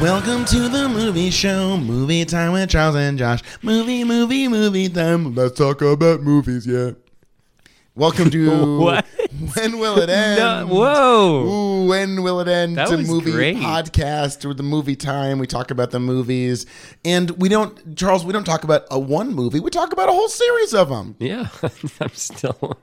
Welcome to the movie show, movie time with Charles and Josh. Movie, movie, movie time. Let's talk about movies, yeah. Welcome to What? When Will It No, End? whoa. Ooh, when will it end? That It's a was movie great. podcast with the movie time. We talk about the movies, and we don't, Charles. We don't talk about a one movie. We talk about a whole series of them. Yeah, I'm still.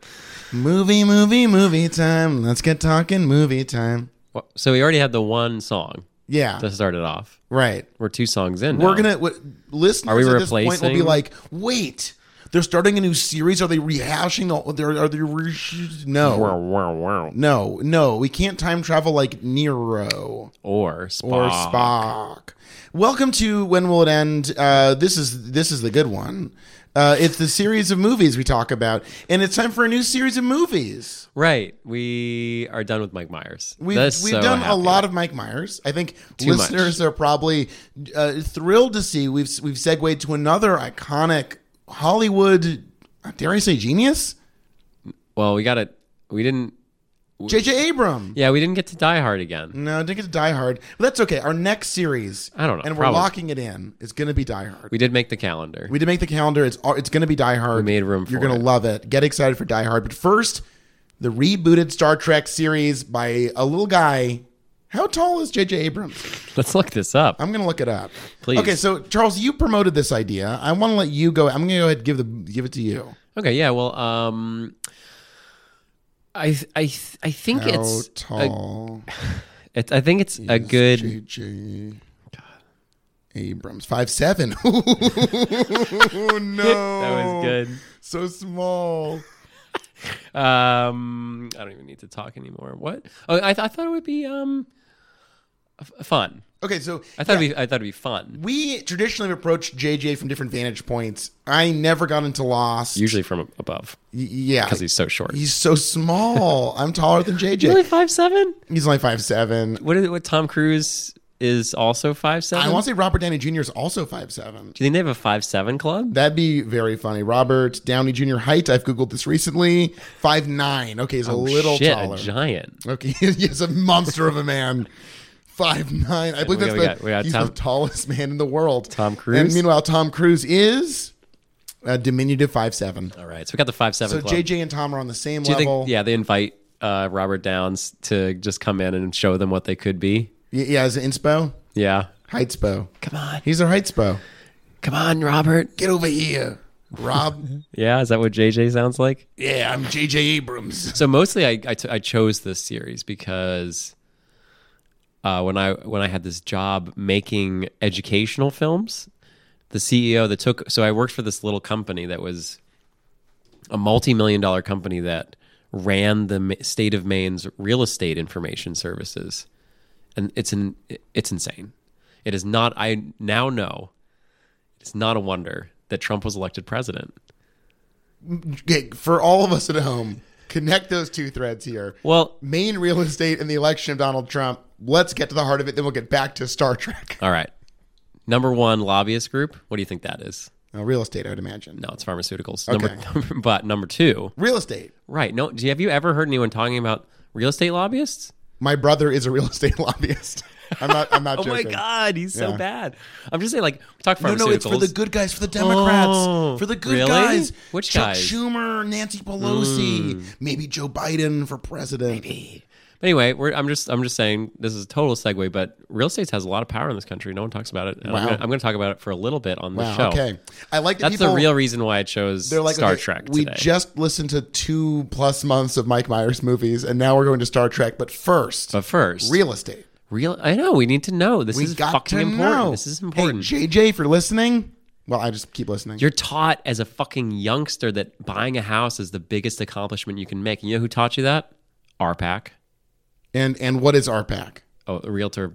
Movie, movie, movie time. Let's get talking movie time. So we already had the one song Yeah, to start it off. right. We're two songs in. We're now. gonna w- listeners Are we at this point will be replacing- like, wait, they're starting a new series. Are they rehashing? All, they're- are they re- Wow, no, wow, wow. no, no? We can't time travel like Nero. Or Spock. or Spock. Welcome to When Will It End? Uh, this is this is the good one. Uh, it's the series of movies we talk about, and it's time for a new series of movies. Right. We are done with Mike Myers. We've, That's we've so done a happy. lot of Mike Myers. I think Too much. listeners are probably uh, thrilled to see we've we've segued to another iconic Hollywood. uh, Dare I say genius? Well, we got it. We didn't. J.J. Abram. Yeah, we didn't get to Die Hard again. No, I didn't get to Die Hard, but that's okay. Our next series, I don't know, and we're probably. locking it in. It's going to be Die Hard. We did make the calendar. We did make the calendar. It's all, it's going to be Die Hard. We made room You're for gonna it. love it. Get excited for Die Hard. But first, the rebooted Star Trek series by a little guy. How tall is J.J. Abrams? Let's look this up. I'm going to look it up. Please. Okay, so Charles, you promoted this idea. I want to let you go. I'm going to go ahead and give the give it to you. Okay, yeah. Well, um, I th- I th- I think How it's, a, tall it's I think it's a is good. J.J. Abrams? Five seven. oh no, That was good. So small. Um, I don't even need to talk anymore. What? Oh, I, th- I thought it would be um f- fun. Okay, so I thought it'd be, I thought it'd be fun. We traditionally have approached JJ from different vantage points. I never got into Lost. Usually from above Y- yeah, because he's so short. He's so small. I'm taller than only JJ. five seven. He's only five seven. What is what? Tom Cruise is also five seven. I want to say Robert Downey Jr. is also five seven. Do you think they have a five seven club? That'd be very funny. Robert Downey Jr. height. I've googled this recently. Five nine. Okay, he's a little Oh, Shit, taller. a giant. okay, he's a monster of a man. Five nine. I believe we that's got- the, we got- we got he's Tom- the tallest man in the world. Tom Cruise? And meanwhile, Tom Cruise is a diminutive five seven. All right, so we got the five seven. So club. JJ and Tom are on the same Do you level. think? Yeah, they invite uh, Robert Downs to just come in and show them what they could be. yeah. Yeah, as an inspo, Yeah. heightspo. Come on, He's our heightspo. come on, Robert. Get over here, Rob. Yeah, is that what JJ sounds like? yeah, I'm JJ Abrams. so mostly I I, t- I chose this series because uh, when I when I had this job making educational films, the CEO that took so I worked for this little company that was a multi-million dollar company that ran the Ma- state of Maine's real estate information services, and it's an it's insane. It is not. I now know it's not a wonder that Trump was elected president. Okay, For all of us at home, connect those two threads here. Well, Main real estate and the election of Donald Trump. Let's get to the heart of it. Then we'll get back to Star Trek. All right. Number one lobbyist group. What do you think that is? Uh, real estate, I would imagine. No, it's pharmaceuticals. Number, but number two, Real estate. right? No, do you, have you ever heard anyone talking about real estate lobbyists? My brother is a real estate lobbyist. I'm not. I'm not Oh joking. my god, he's so Yeah. bad. I'm just saying, like, we talk No, pharmaceuticals. no, it's for the good guys, for the Democrats, Oh, for the good really? guys. Which Chuck guys? Mm. Schumer, Nancy Pelosi, maybe Joe Biden for president. But anyway, we're, I'm just I'm just saying this is a total segue, but real estate has a lot of power in this country. No one talks about it. and Wow. I'm, gonna, I'm gonna talk about it for a little bit on the Wow, show. okay, I like that That's people, the real reason why I chose They're like Star okay, Trek We today. just listened to two plus months of Mike Myers movies, and now we're going to Star Trek. But first, but first, real estate. real. I know we need to know. This We is got fucking to important. know. This is important. Hey, JJ, if you're listening, well, I just keep listening. You're taught as a fucking youngster that buying a house is the biggest accomplishment you can make. And you know who taught you that? RPAC. and and what is RPAC? Oh, a realtor.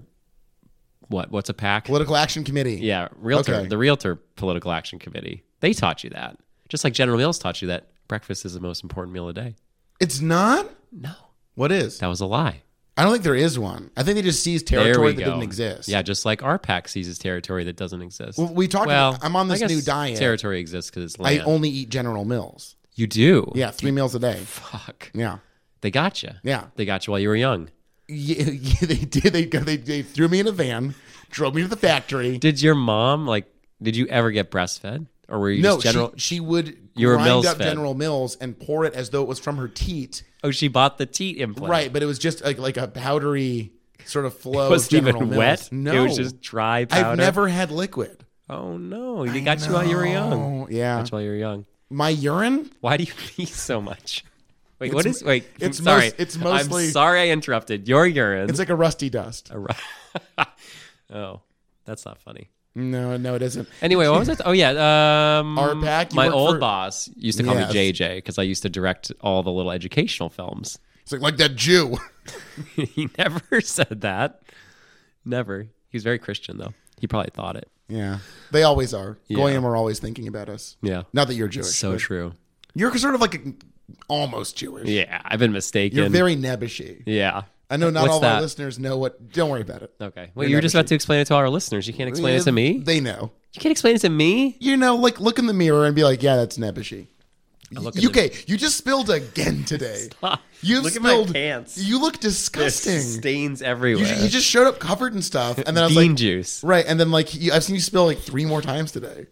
What? What's a PAC? Political Action Committee. Yeah, realtor. Okay. The Realtor Political Action Committee. They taught you that. Just like General Mills taught you that breakfast is the most important meal a day. it's not. No, What is? that was a lie. I don't think there is one. I think they just seized There territory we that go. didn't exist. Yeah, just like RPAC seizes territory that doesn't exist. Well, we talked. Well, about, I'm on I this guess new diet. Territory exists because it's I land. only eat General Mills. you do. Yeah, three meals a day. Fuck. Yeah. They got you. Yeah. They got you while you were young. Yeah, yeah, they did. They, they they threw me in a van, drove me to the factory. Did your mom like? Did you ever get breastfed, or were you no, just general? she, she would You were grind Mills up fed. General Mills and pour it as though it was from her teat. oh, she bought the teat implant. Right, but it was just like, like a powdery sort of flow. It wasn't of General even Mills. wet. No, It was just dry powder. I've never had liquid. Oh no! They got you while you were young. Oh yeah, That's while you were young. my urine. Why do you pee so much? Wait, what is? Wait, it's I'm sorry. most- it's mostly- I'm sorry, I interrupted. Your urine. It's like a rusty dust. oh, that's not funny. No, no, it isn't. Anyway, what was it? Oh yeah, um, Our pack, you My work old for- boss used to call Yes. me JJ because I used to direct all the little educational films. It's like like that Jew. he never said that. Never. He was very Christian though. He probably thought it. yeah, they always are. Goyim are always thinking about us. Yeah. Not that you're Jewish. so but true. You're sort of like a, almost Jewish. Yeah, I've been mistaken. You're very nebbishy. yeah. I know not What's all our that? listeners know what. Don't worry about it. Okay. Well, you were just about to explain it to all our listeners. You can't explain it to me. They know. You can't explain it to me. You know, like look in the mirror and be like, yeah, that's nebbishy. look in UK, you just spilled again today. You've Look at my spilled. pants. You look There's disgusting. stains everywhere. You, ju- you just showed up covered in stuff, and then I was Bean like, juice. right, and then like you, I've seen you spill like three more times today.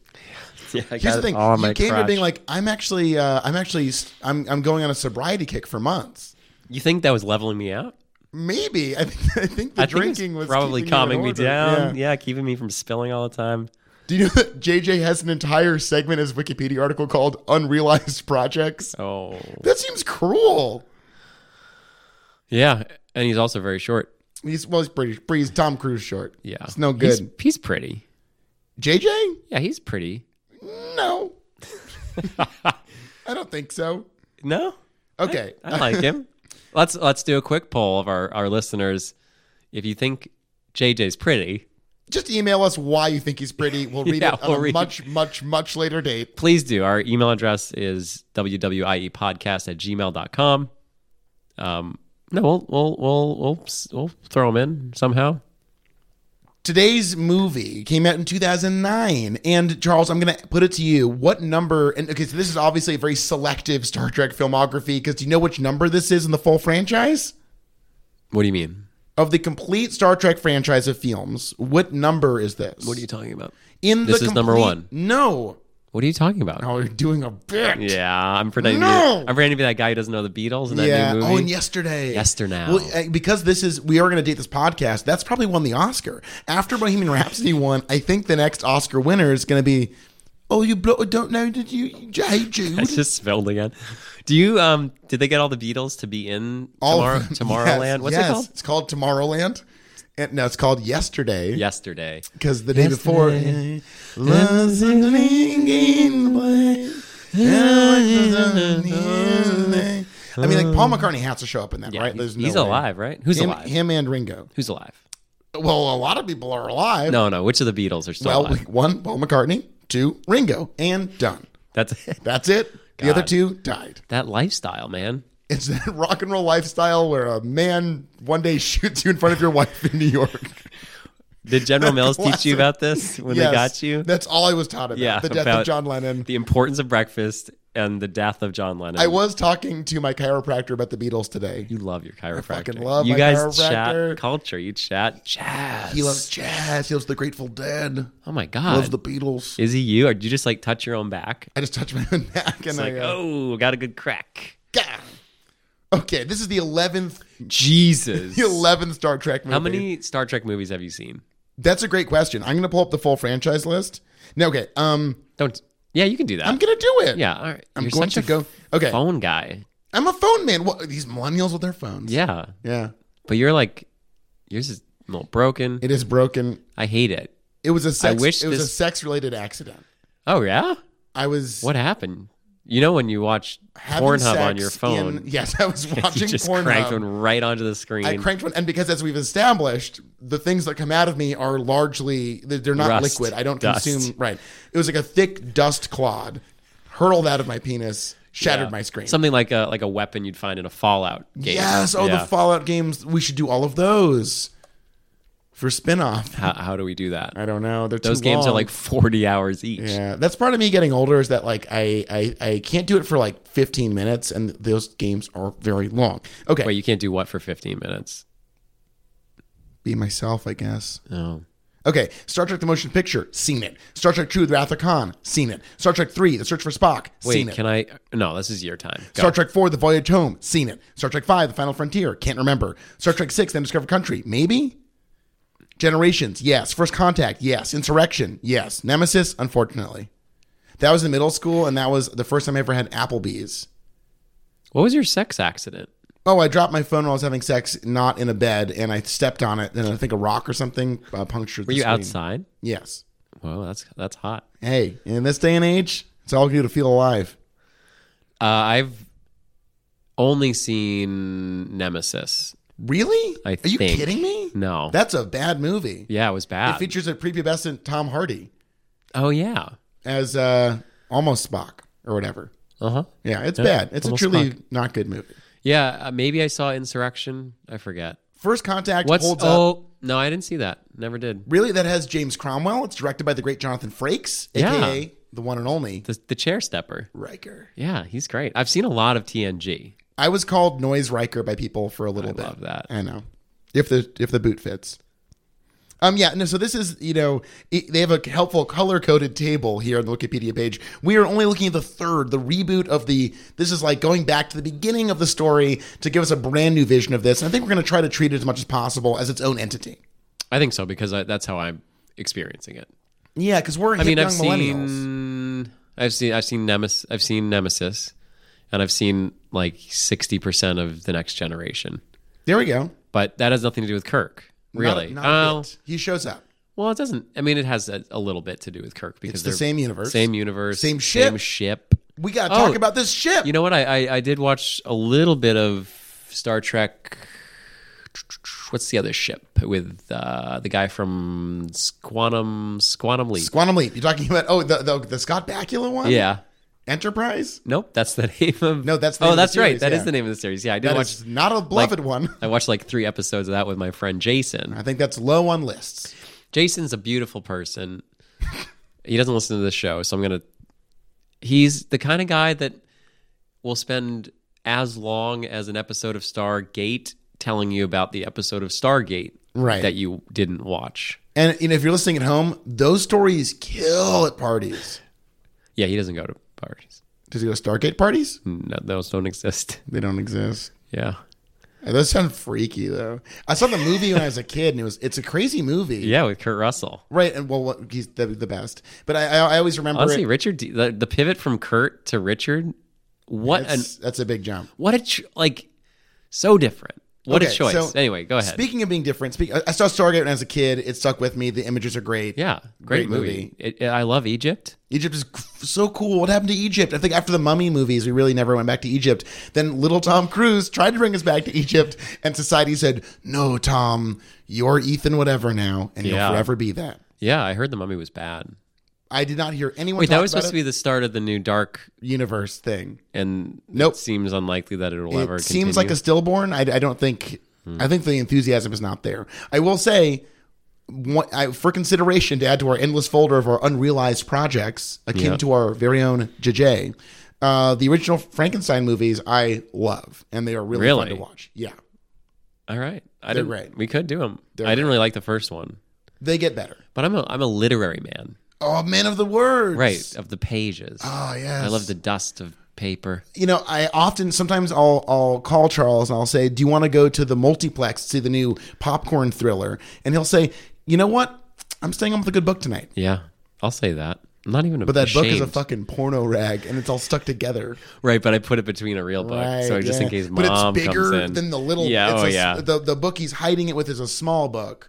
Yeah, I Here's got the it thing: all on my you came here crotch. being like, I'm actually, uh, I'm actually, s- I'm, I'm going on a sobriety kick for months. you think that was leveling me out? Maybe I think I think the I think it drinking was probably keeping you in calming me order. down. Yeah. Yeah. keeping me from spilling all the time. Do you know that JJ has an entire segment in his Wikipedia article called "Unrealized Projects"? Oh, That seems cruel. yeah, and he's also very short. He's well, he's pretty, pretty he's Tom Cruise short. Yeah, it's no He's- good. He's, pretty. JJ, Yeah, he's pretty. no, I don't think so. No, Okay, Uh, I like him. Let's let's do a quick poll of our our listeners. If you think JJ's pretty, just email us why you think he's pretty. We'll read Yeah, it on we'll a read- much, much, much later date. please do. Our email address is wwiepodcast E at gmail.com. Um, no, we'll we'll we'll we'll, we'll throw him in somehow. Today's movie came out in 2009, and Charles, I'm going to put it to you. What number? And okay, so this is obviously a very selective Star Trek filmography. Because do you know which number this is in the full franchise What do you mean? of the complete Star Trek franchise of films? What number is this? What are you talking about? in This is number complete- one. No, What are you talking about? oh, you're doing a bit. Yeah, I'm pretending. No! To be, I'm pretending to be that guy who doesn't know the Beatles in that Yeah. new movie. Oh, and yesterday. Yesternow. Well, uh, because this is we are going to date this podcast. That's probably won the Oscar after Bohemian Rhapsody won. I think the next Oscar winner is going to be. Oh, you blo- don't know? Did you, Hey I Jude? just spelled again. Do you um? Did they get all the Beatles to be in All tomorrow, of them. Tomorrowland? Yes, What's yes. it called? It's called Tomorrowland. And, no, it's called Yesterday Yesterday. because the day before. Yesterday. Love's a ringing way. I mean, like Paul McCartney has to show up in that, right? There's no he's way. alive, right? Who's Him, alive? him and Ringo. Who's alive? Well, a lot of people are alive. No, no. Which of the Beatles are still well, alive? one Paul McCartney, two Ringo, and done. That's it. That's it. The God. other two died. that lifestyle, man. It's that rock and roll lifestyle where a man one day shoots you in front of your wife in New York. Did General Mills teach Classic. you about this when Yes. they got you? That's all I was taught about. Yeah, the death of about- John Lennon. The importance of breakfast and the death of John Lennon. I was talking to my chiropractor about the Beatles today. you love your chiropractor. fucking love you my guys chiropractor. chat culture. You chat jazz. He loves jazz. He loves the Grateful Dead. Oh my Loves god. the Beatles. Is he you? Or do you just like touch your own back? I just touched my own back and It's I like, go, oh, got a good crack. God. Okay, this is the eleventh, Jesus. the eleventh Star Trek movie. How many Star Trek movies have you seen? That's a great question. I'm gonna pull up the full franchise list. No, okay. Um, Don't. Yeah, you can do that. I'm gonna do it. yeah, all right. I'm You're going such to a go. Okay, phone guy. I'm a phone man. What, these millennials with their phones. Yeah, yeah. but you're like, yours is a little broken. It is broken. I hate it. It was a sex. wish it was a this- sex related accident. Oh yeah, I was what happened? You know when you watch having Pornhub on sex your phone, in- yes, I was watching you just cranked Pornhub. one right onto the screen. I cranked one, and because as we've established, the things that come out of me are largely they're they're not Rust, liquid. I don't dust. consume. Right. It was like a thick dust clod hurled out of my penis, shattered Yeah. my screen. Something like a like a weapon you'd find in a Fallout game. Yes. Oh, Yeah. the Fallout games. We should do all of those for spinoff. how, how do we do that? I don't know. They're Those too games are long. like forty hours each. Yeah, that's part of me getting older is that like I, I I can't do it for like 15 minutes, and those games are very long. Okay, Wait, you can't do what for fifteen minutes? be myself, I guess. Oh. Okay, Star Trek: The Motion Picture, seen it. Star Trek Two: The Wrath of Khan, seen it. Star Trek Three: The Search for Spock, Wait, seen it. can I? No, this is your time. Go. Star Trek Four: The Voyage Home, seen it. Star Trek Five: The Final Frontier, can't remember. Star Trek Six: The Undiscovered Country, maybe. Generations, yes. First Contact, yes. Insurrection, yes. Nemesis, unfortunately. That was in middle school, and that was the first time I ever had Applebee's. What was your sex accident? Oh, I dropped my phone while I was having sex, not in a bed, and I stepped on it, and I think a rock or something uh, punctured. Were you outside? Yes. Whoa, that's that's hot. Hey, in this day and age, it's all good to feel alive. Uh, I've only seen Nemesis. Really? I Are you think. kidding me? No. That's a bad movie. yeah, it was bad. It features a prepubescent Tom Hardy oh yeah. as uh, almost Spock or whatever. Uh huh. Yeah, it's bad. It's a almost truly not good movie. Yeah, uh, maybe I saw Insurrection. I forget. First Contact What's holds up. oh no, I didn't see that. Never did. Really, that has James Cromwell. It's directed by the great Jonathan Frakes, aka the one and only The the chair stepper. Riker. Yeah, he's great. I've seen a lot of TNG. I was called Noise Riker by people for a little bit. love that. I know. If the if the boot fits. Um yeah, no so this is, you know, it, they have a helpful color-coded table here on the Wikipedia page. We are only looking at the third, the reboot of the this is like going back to the beginning of the story to give us a brand new vision of this. And I think we're going to try to treat it as much as possible as its own entity. I think so because I, that's how I'm experiencing it. Yeah, cuz we're I mean, young I've millennials. seen, I've seen, I've seen Nemesis, I've seen Nemesis, and I've seen like sixty percent of the Next Generation. There we go. But that has nothing to do with Kirk, Not- really. not a Oh, bit. He shows up. well, it doesn't. I mean, it has a, a little bit to do with Kirk because It's the they're- same universe. same universe, Same ship. same ship. We got to Oh. talk about this ship. You know what? I, I I did watch a little bit of Star Trek. What's the other ship with uh, the guy from Squantum Squantum Leap? Quantum Leap. You're talking about oh the the, the Scott Bakula one? yeah. Enterprise? Nope, that's the name of No, that's the name oh, of the that's right. series, That is yeah. the name of the series. Yeah, I did That watch. is not a beloved one. I watched like three episodes of that with my friend Jason. I think that's low on lists. Jason's a beautiful person. he doesn't listen to this show, so I'm gonna. He's the kind of guy that will spend as long as an episode of Stargate telling you about the episode of Stargate Right. that you didn't watch. And, and if you're listening at home, those stories kill at parties. Yeah, he doesn't go to parties. Does he go to Stargate parties? No, those don't exist. They don't exist. Yeah, Those sound freaky though. I saw the movie when I was a kid, and it was it's a crazy movie. yeah, with Kurt Russell. Right, and well, what, he's the, the best. But I, I, I always remember Honestly, it. Richard, D- the, the pivot from Kurt to Richard, what an That's, that's a big jump. what a ch- like so different. What a Okay, choice. so anyway, go ahead. Speaking of being different, speak, I I saw Stargate when I was a kid. It stuck with me. The images are great. yeah, great, Great movie. movie. It- it- I love Egypt. Egypt is c- so cool. What happened to Egypt? I think after the Mummy movies, we really never went back to Egypt. Then little Tom Cruise tried to bring us back to Egypt, and society said, "No, Tom, you're Ethan whatever now, and Yeah. you'll forever be that." Yeah, I heard the Mummy was bad. I did not hear anyone Wait, talk that was about supposed to it. be the start of the new Dark, universe thing. and Nope. it seems unlikely that it'll ever. It seems like continue. a stillborn. I, I don't think. I think the enthusiasm is not there. I will say, one, I, for consideration to add to our endless folder of our unrealized projects, akin Yeah. to our very own JJ, uh, the original Frankenstein movies I love, and they are really, fun Really? to watch. Yeah, All right, I didn't. great. We could do them. I didn't really like the first one, they get better. but I'm a I'm a literary man, Oh, man of the words, right? Of the pages. Oh yes, I love the dust of paper. you know, I often sometimes I'll I'll call Charles and I'll say, "Do you want to go to the multiplex to see the new popcorn thriller?" And he'll say, "You know what? I'm staying home with a good book tonight." Yeah, I'll say that. I'm not even. But that book is a fucking porno rag, and it's all stuck together. Right, but I put it between a real book, so Right, just yeah. in case mom but it's comes bigger in. than the little. Yeah, it's oh a s- yeah. The the book he's hiding it with is a small book.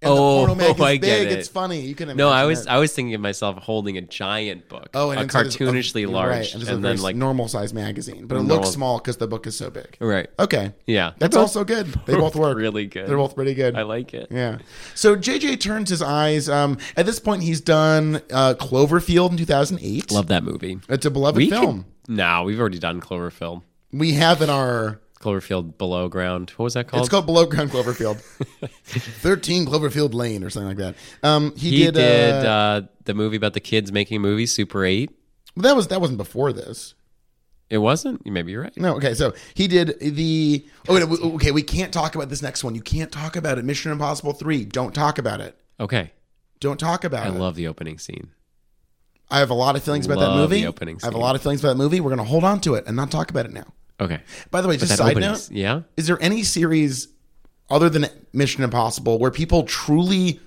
And Oh, the porno mag oh, is I get big. it. It's funny. You can No, I imagine was that. I was thinking of myself holding a giant book, Oh, a inside is cartoonishly you're large, right, it's a and very then like normal size magazine, but it Normal. looks small because the book is so big. right, Okay, yeah, Oh. that's They're also good. They both work. really good. They're both pretty good. I like it. Yeah. So JJ turns his eyes. Um, at this point, he's done uh, Cloverfield in 2008. Love that movie. It's a beloved We film. Could, no, we've already done Cloverfield. We have in our. Cloverfield Below Ground. What was that called? It's called Below Ground Cloverfield. 13 Cloverfield Lane or something like that. Um, he, he did. did, uh, uh, the movie about the kids making movies, Super Eight. well, that was that wasn't before this. It wasn't. Maybe you're right. No, okay. So he did the. Oh, wait, okay, we can't talk about this next one. You can't talk about it. Mission Impossible 3. Don't talk about it. Okay. Don't talk about I it. love the opening scene. I have a lot of feelings about that love the movie. opening I have a scene. lot of feelings about that movie. We're going to hold on to it and not talk about it now. Okay. By the way, just That side opening note, s- Yeah. is there any series other than Mission Impossible where people truly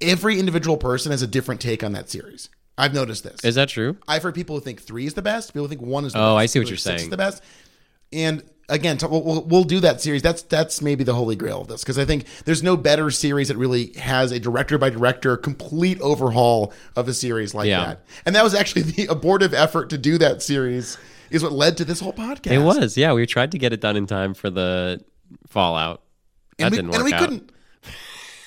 every individual person has a different take on that series? I've noticed this. Is that true? I've heard people who think three is the best. People who think one is. the Oh, best, I see people what who you're think six saying. Is the best, and again, t- we'll, we'll, we'll do that series. That's that's maybe the holy grail of this because I think there's no better series that really has a director by director complete overhaul of a series like Yeah. that. And that was actually the abortive effort to do that series is what led to this whole podcast. It was. Yeah. We tried to get it done in time for the Fallout. That and we, didn't work and we out. couldn't.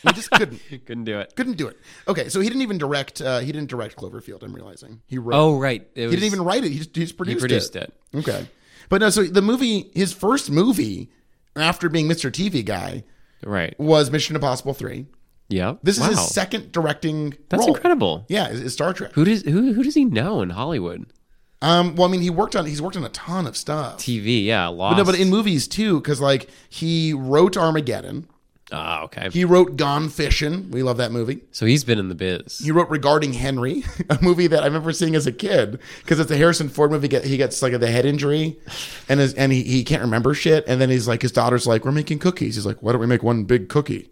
We just couldn't. Couldn't do it. Couldn't do it. Okay, so he didn't even direct. Uh, he didn't direct Cloverfield. I'm realizing he wrote. Oh, right. It He didn't even write it. He just, he just produced, produced it. Okay. But no, so the movie, his first movie after being Mr. TV guy Right. was Mission Impossible 3. Yeah. This is Wow. his second directing That's role. incredible. Yeah, is, is Star Trek. Who does who who does he know in Hollywood? Um, well, I mean, he worked on he's worked on a ton of stuff. TV. Yeah. Lost. No, but in movies too, because like he wrote Armageddon, Ah, okay. he wrote Gone Fishing. We love that movie. so he's been in the biz. He wrote Regarding Henry, a movie that I remember seeing as a kid because it's a Harrison Ford movie. get- He gets like the head injury, and his, and he, he can't remember shit. And then he's like, his daughter's like, "We're making cookies." He's like, "Why don't we make one big cookie?"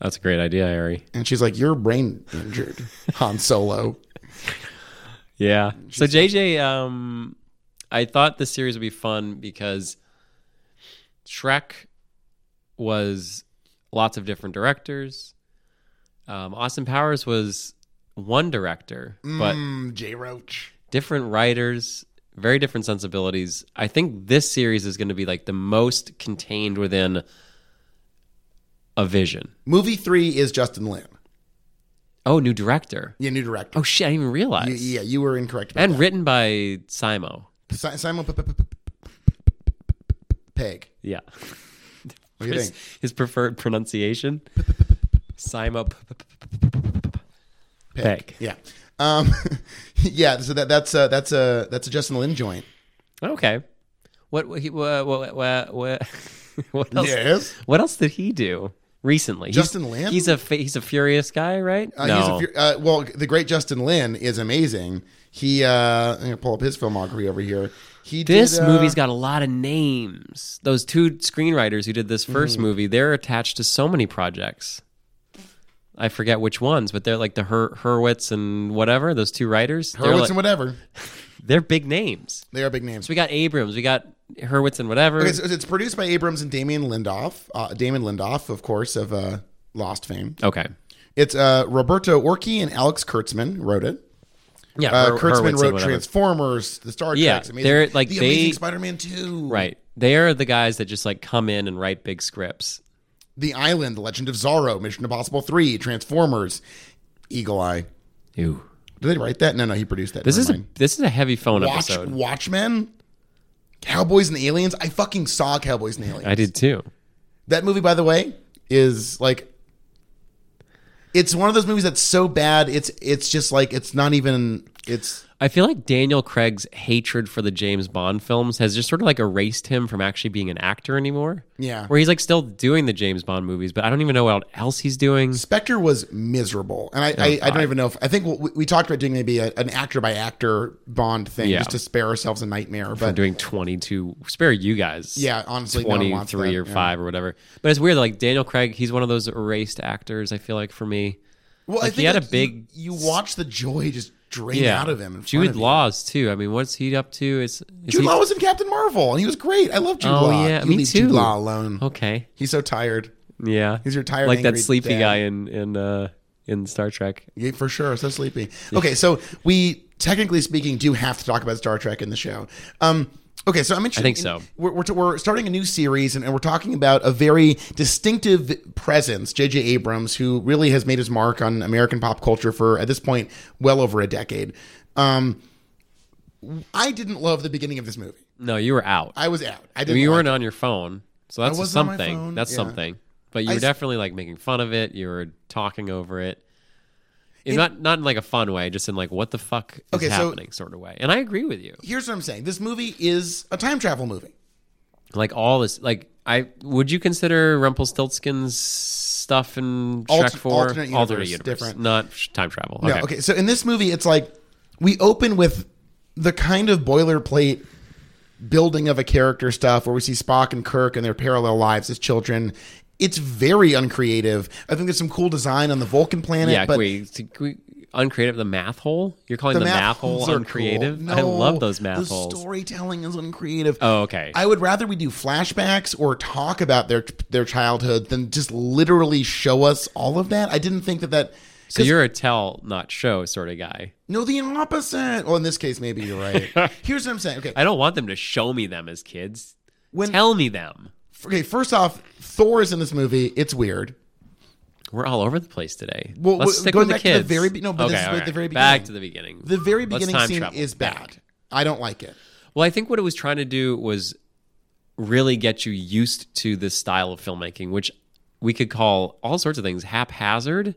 That's a great idea, Harry. And she's like, "You're brain injured, Han Solo." Yeah. So JJ, um, I thought this series would be fun because Shrek was lots of different directors. Um, Austin Powers was one director, but Mm, J. Roach. different writers, very different sensibilities. I think this series is going to be like the most contained within a vision. Movie three is Justin Lin, Oh, new director. yeah, new director. Oh shit, I didn't even realize. You- yeah, you were incorrect. About and written by Simo. Si- Simon P- P- P- P- Peg. Yeah. What do you his, think? his preferred pronunciation. Simo Peck. Yeah. Um, yeah, so that, that's a, that's a that's a Justin Lin joint. Okay. What what he- what what what, what, what else? Yes. What else did he do recently? Justin he's, Lin? He's a fa- he's a furious guy, right? Uh, he's a fu- uh, well, the great Justin Lin is amazing. He, uh, I'm gonna pull up his filmography over here. He this did, uh, movie's got a lot of names. Those two screenwriters who did this 1st Mm-hmm. movie, they're attached to so many projects. I forget which ones, but they're like the Her- Hurwitz and whatever. Those two writers, they're, Hurwitz like- and whatever. they're big names. They are big names. So we got Abrams, we got Hurwitz and whatever. Okay, so it's produced by Abrams and Damien Lindoff. Uh, Damon Lindoff, of course, of uh, Lost fame. Okay. It's uh, Roberto Orci and Alex Kurtzman wrote it. Yeah, Uh, Hur- Hurwitz Kurtzman and wrote whatever. Transformers, the Star Yeah, Trek, they're, like, the they- Amazing Spider-Man Two, Right. They are the guys that just like come in and write big scripts. The Island, The Legend of Zorro, Mission Impossible Three, Transformers, Eagle Eye. Ew. Did they write that? No, no, he produced that. This Never is a mind. this is a heavy phone Watch episode. Watchmen, Cowboys and Aliens. I fucking saw Cowboys and Aliens. I did too. That movie, by the way, is like it's one of those movies that's so bad it's it's just like it's not even it's I feel like Daniel Craig's hatred for the James Bond films has just sort of like erased him from actually being an actor anymore. Yeah. Where he's like still doing the James Bond movies, but I don't even know what else he's doing. Spectre was miserable, and I I, I don't even know if I think we, we talked about doing maybe a, an actor by actor Bond thing Yeah. just to spare ourselves a nightmare, I'm but doing 22. Spare you guys. yeah, honestly, no one wants 23 that, or yeah. 5 or whatever. But it's weird like Daniel Craig, he's one of those erased actors I feel like for me. Well, I Like, think he had a like, big- You, you watch the joy just drain out of him. In front Jude of you. Law's too. I mean, what's he up to? Is, is Jude he, Law was in Captain Marvel, and he was great. I love Jude Oh, Law. yeah, you me leave too. Oh. Jude Law alone. Okay. He's so tired. Yeah. He's your tired, Like that angry sleepy dad. guy in in uh in Star Trek. Yeah, for sure. So sleepy. Okay, so we technically speaking do have to talk about Star Trek in the show. Um, okay, so I'm interested. think in- so. we're, we're, we're starting a new series, and, and we're talking about a very distinctive presence, J.J. Abrams, who really has made his mark on American pop culture for at this point well over a decade. Um, I didn't love the beginning of this movie. No, you were out. I was out. I I didn't. mean, you like weren't on your phone, so that's a wasn't on my something. phone, That's yeah. something. But you I were s- definitely like making fun of it. You were talking over it. In, not not in like a fun way, just in like what the fuck is Okay, so- happening sort of way. And I agree with you. it. Here's what I'm saying. This movie is a time travel movie. Like all this, like I would you consider Rumpelstiltskin's stuff in Shrek Altern- Four alternate universe, different. not sh- time travel? No, okay. So in this movie, it's like we open with the kind of boilerplate building of a character stuff where we see Spock and Kirk and their parallel lives as children. It's very uncreative. I think there's some cool design on the Vulcan planet, Yeah, but can we, can we uncreative the math hole. You're calling the the, math, hole holes are uncreative? cool. I love those No, math the holes. Storytelling is uncreative. oh, okay. I would rather we do flashbacks or talk about their their childhood than just literally show us all of that. I didn't think that that. so you're a tell, not show sort of guy. No, the opposite. Well, in this case, maybe you're right. Here's what I'm saying. Okay, I don't want them to show me them as kids. When- Tell me them. okay. First off, Thor is in this movie. It's weird. We're all over the place today. Well, Let's w- stick going back with the to the kids. very be- no, but this is all like the very Back beginning. to the beginning. The very Let's beginning time scene travel is back. bad. I don't like it. Well, I think what it was trying to do was really get you used to this style of filmmaking, which we could call all sorts of things haphazard,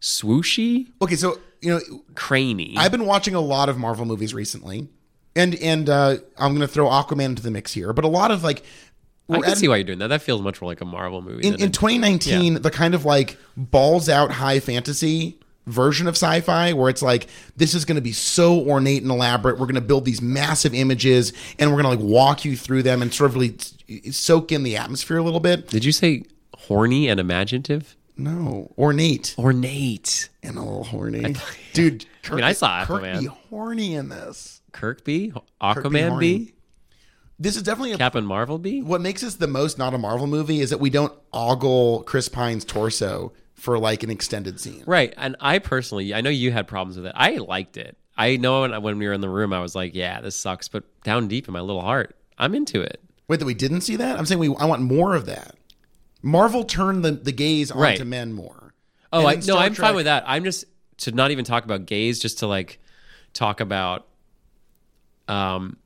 swooshy, Okay, so you know, craney. I've been watching a lot of Marvel movies recently, and and uh, I'm gonna throw Aquaman into the mix here, but a lot of like. I we're can at- see why you're doing that. That feels much more like a Marvel movie. in, than in it- 2019 the kind of like balls out high fantasy version of sci-fi where it's like this is going to be so ornate and elaborate we're going to build these massive images and we're going to like walk you through them and sort of really s- soak in the atmosphere a little bit Did you say horny and imaginative? no ornate Ornate. and a little horny dude kirk, mean, I saw Kirk Aquaman. be horny in this Kirkby? be Aquaman horny. B? this is definitely a Captain Marvel B? what makes this the most not a marvel movie is that we don't ogle chris pine's torso for like an extended scene Right. And I personally, I know you had problems with it. I liked it. I know when, when we were in the room, I was like, yeah, this sucks. But down deep in my little heart, I'm into it. Wait, that we didn't see that? I'm saying we. I want more of that. Marvel turned the, the gaze onto Right. men more. Oh, And I, in no, Star I'm Trek- fine with that. I'm just to not even talk about gays, just to like talk about, um,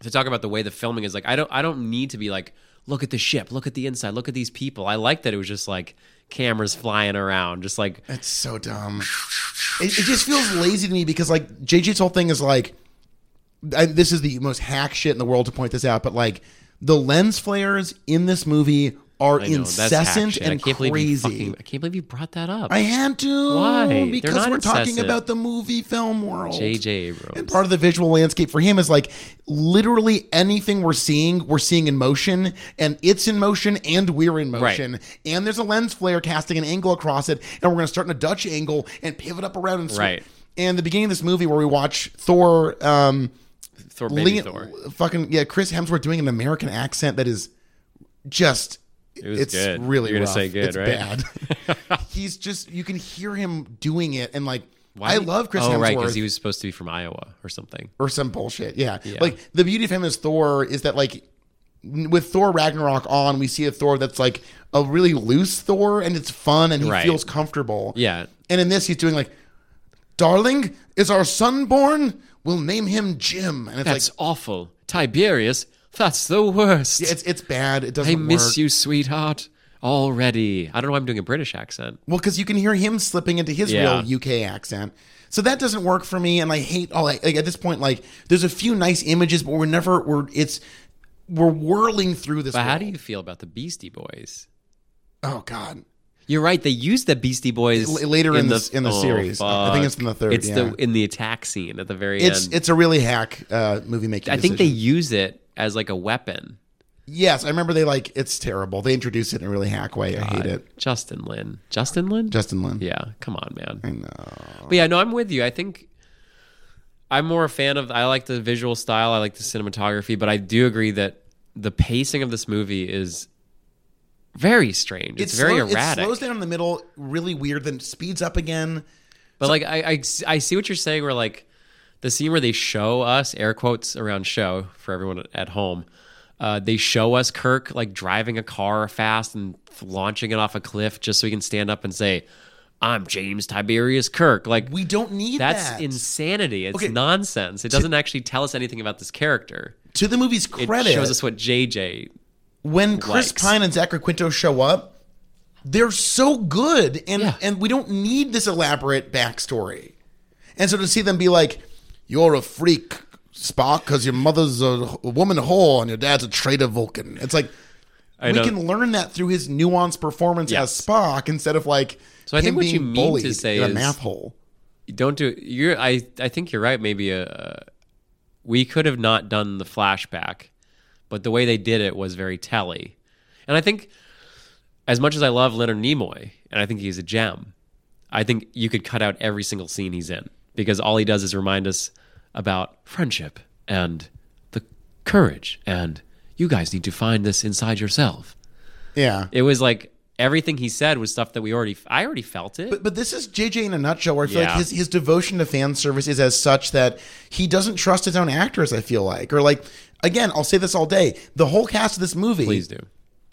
to talk about the way the filming is. Like, I don't, I don't need to be like, look at the ship, look at the inside, look at these people. I like that it was just like cameras flying around, just like That's so dumb. It, it just feels lazy to me because like JJ's whole thing is like, I, this is the most hack shit in the world to point this out, but like the lens flares in this movie are you know, that's hack incessant shit. and Believe you crazy. fucking, I can't believe you brought that up. I had to. Why? They're Because not we're talking incessant. about the movie film world. JJ Abrams. And part of the visual landscape for him is like literally anything we're seeing, we're seeing in motion, and it's in motion, and we're in motion. And there's a lens flare casting an angle across it, and we're going to start in a Dutch angle and pivot up around and sw- Right. And the beginning of this movie where we watch Thor, um, Thor, baby Leon- Thor. fucking yeah, Chris Hemsworth doing an American accent that is just. was it's good. really You're gonna rough. say good, it's right? bad. He's just you can hear him doing it and like Why I did- love Chris oh, Hemsworth right, because he was supposed to be from Iowa or something. or some bullshit. Yeah. Like the beauty of him as Thor is that like n- with Thor Ragnarok on, we see a Thor that's like a really loose Thor and it's fun and he Right. feels comfortable. Yeah. And in this he's doing like, Darling, is our son born? We'll name him Jim. And it's That's awful. Tiberius, that's the worst. like it's it's bad. It doesn't I miss work. you, sweetheart, already. I don't know why I'm doing a British accent. Well, because you can hear him slipping into his Yeah. real UK accent. So that doesn't work for me, and I hate all that. Like at this point, like there's a few nice images, but we're never we're it's we're whirling through this. But how do world. you feel about the Beastie Boys? Oh God, You're right. They used the Beastie Boys Oh, L- later in this- in the series. I think it's in the third, It's yeah. the in the attack scene at the very it's end. it's a really hack uh, movie making. I think they use it as like a weapon. yes, I remember they like it's terrible. They introduced it in a really hack way. I hate it. Justin Lin. Justin Lin. Justin Lin. yeah. Come on, man. I know. But yeah, no, I'm with you. I think I'm more a fan of. I like the visual style. I like the cinematography, but I do agree that the pacing of this movie is very strange. It's, It very slow- erratic. It slows down in the middle, really weird, then speeds up again. but like, I, I I see what you're saying. Where like the scene where they show us air quotes around show for everyone at home. Uh, they show us Kirk like driving a car fast and launching it off a cliff just so he can stand up and say, "I'm James Tiberius Kirk." Like We don't need That's that. insanity. It's Okay. nonsense. It doesn't actually tell us anything about this character. to the movie's It credit. shows us what JJ. when Chris likes. Pine and Zachary Quinto show up, they're so good, and Yeah. and we don't need this elaborate backstory. And so to see them be like, "You're a freak, Spock, because your mother's a, a woman whore and your dad's a traitor Vulcan," it's like I we know. can learn that through his nuanced performance Yes. as Spock instead of like So I him think what being you mean to bullied say in a is- math hole. don't do you're i i think you're right maybe uh we could have not done the flashback but the way they did it was very telly and i think as much as i love leonard nimoy and i think he's a gem i think you could cut out every single scene he's in because all he does is remind us about friendship and the courage and you guys need to find this inside yourself Yeah. it was like everything he said was stuff that we already i already felt it But, but this is JJ in a nutshell, where I feel like Yeah. his, his devotion to fan service is as such that he doesn't trust his own actors, I feel like. Or, like, again, I'll say this all day the whole cast of this movie please do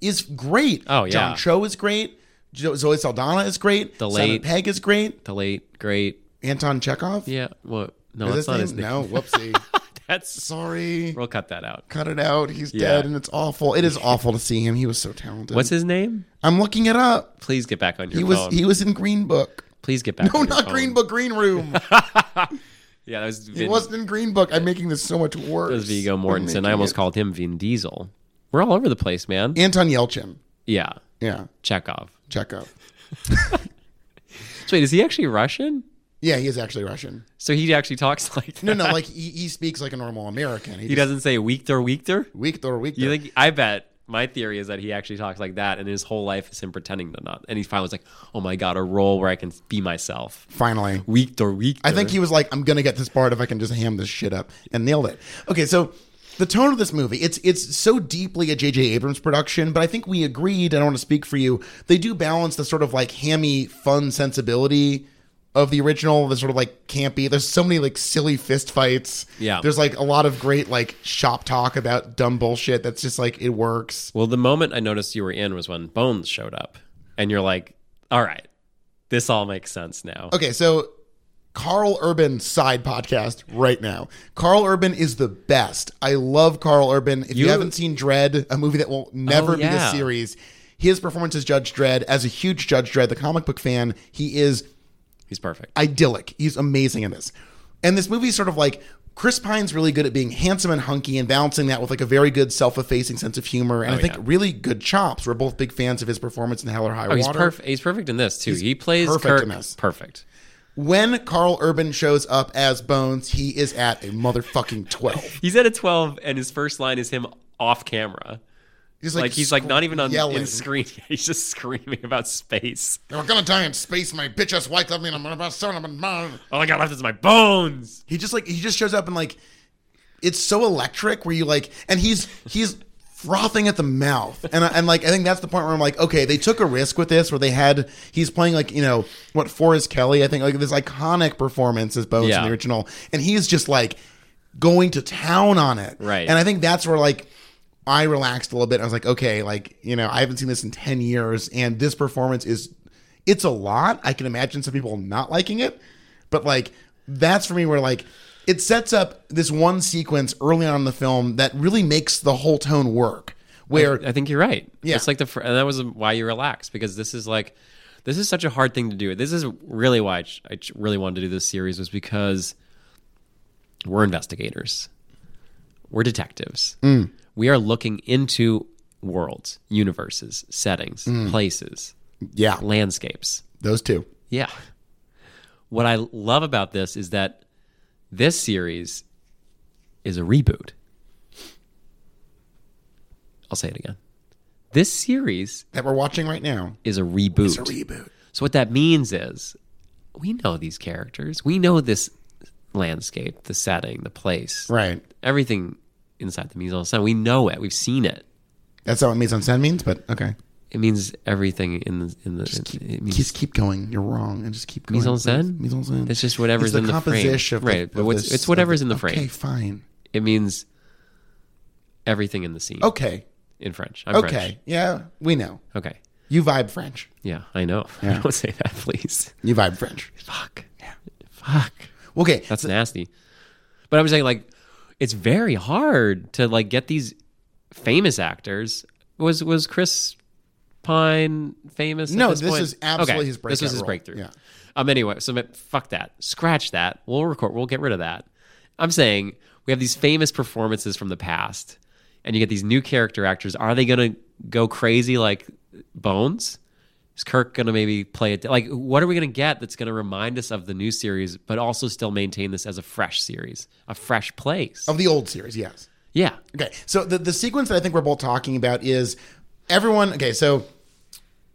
is great. Oh, yeah. John Cho is great. Jo- Zoe Saldana is great. The Simon late- Pegg is great. the late great Anton Chekhov. Yeah. Well, no, Is his that's not name? his name. No, whoopsie. That's Sorry. we'll cut that out. Cut it out. He's Yeah. dead and it's awful. It is awful to see him. He was so talented. What's his name? I'm looking it up. Please get back on your He was phone. he was in Green Book. Please get back. No, on your not phone. Green Book, Green Room. Yeah, that was He Vin, wasn't in Green Book. I'm making this so much worse. that was Vigo I'm Mortensen. making I almost it- called him Vin Diesel. We're all over the place, man. Anton Yelchin. Yeah, Yeah, Chekhov. Chekhov. So wait, is he actually Russian? Yeah, he is actually Russian. So he actually talks like that. No, no, like he, he speaks like a normal American. He doesn't say Weekter Weekter. Weekter, Weekter. You think? I bet. My theory is that he actually talks like that, and his whole life is him pretending to not. And he finally was like, "Oh my god, a role where I can be myself." Finally. Weekter Weekter. I think he was like, I'm gonna get this part if I can just ham this shit up and nailed it. Okay, so the tone of this movie, it's it's so deeply a J.J. Abrams production, but I think we agreed, and I want to speak for you, they do balance the sort of like hammy fun sensibility of the original, the sort of like campy. There's so many like silly fist fights. Yeah. There's like a lot of great like shop talk about dumb bullshit that's just like it works. Well, the moment I noticed you were in was when Bones showed up, and you're like, "All right, this all makes sense now." Okay, so Carl Urban side podcast right now. Carl Urban is the best. I love Carl Urban. If you, You- haven't seen Dread, a movie that will never Oh, yeah. be a series, his performance as Judge Dredd, as a huge Judge Dredd, the comic book fan, he is He's perfect. idyllic. He's amazing in this. And this movie is sort of like Chris Pine's really good at being handsome and hunky and balancing that with like a very good self-effacing sense of humor and I think Oh, yeah. really good chops. We're both big fans of his performance in Hell or High Oh, Water. he's perfect. He's perfect in this too. He plays perfect Kirk in this. perfect. When Carl Urban shows up as Bones, he is at a motherfucking 12. He's at a twelve, and his first line is him off camera. He's Like he's like not even on yelling. in screen. He's just screaming about space. We're gonna die in space, my bitch ass wife left me, and I'm about son of a man. All I got left is "Oh my bones. He just like he just shows up and like it's so electric where you like and he's he's frothing at the mouth and I- and like I think that's the point where I'm like okay they took a risk with this where they had he's playing like you know what Forrest Kelly I think like this iconic performance as Bones in Yeah. the original and he's just like going to town on it Right. and I think that's where like I relaxed a little bit and I was like okay like you know I haven't seen this in ten years and this performance is it's a lot I can imagine some people not liking it but like that's for me where like it sets up this one sequence early on in the film that really makes the whole tone work. Where I think you're right. Yeah. It's like the fir- and that was why you relaxed because this is like this is such a hard thing to do. This is really why I, ch- I ch- really wanted to do this series was because we're investigators. We're detectives. We are looking into worlds, universes, settings, places, yeah, landscapes. those two. Yeah. What I love about this is that this series is a reboot. I'll say it again. This series that we're watching right now. is a reboot. It's a reboot. so what that means is we know these characters. We know this landscape, the setting, the place. Right. Everything inside the mise en scène. We know it. We've seen it. That's how it means on Sen means, but okay. It means everything in the in the it means Just keep going. You're wrong, and just keep going. Mise en scène? Mise en scène. It's just whatever's It's the in the frame. composition Of the, Right, but of what's- this- it's whatever's of in the frame. Okay, fine. it means everything in the scene Okay, in French. I'm okay, French. yeah, we know. Okay. You vibe French. Yeah, I know. Yeah. Don't say that, please. You vibe French. Fuck. Fuck. Okay, That's nasty. But I'm saying like it's very hard to like get these famous actors. Was was Chris Pine famous? at No, this, this point? is absolutely his breakout This was his role. breakthrough. Yeah. Um. Anyway, so but fuck that. Scratch that. We'll record. We'll get rid of that. I'm saying we have these famous performances from the past, and you get these new character actors. Are they gonna go crazy like Bones? Is Kirk gonna maybe play it like what are we gonna get that's gonna remind us of the new series, but also still maintain this as a fresh series, a fresh place? of the old series. Yes. yeah, Okay. So the, the sequence that I think we're both talking about is everyone. Okay. So,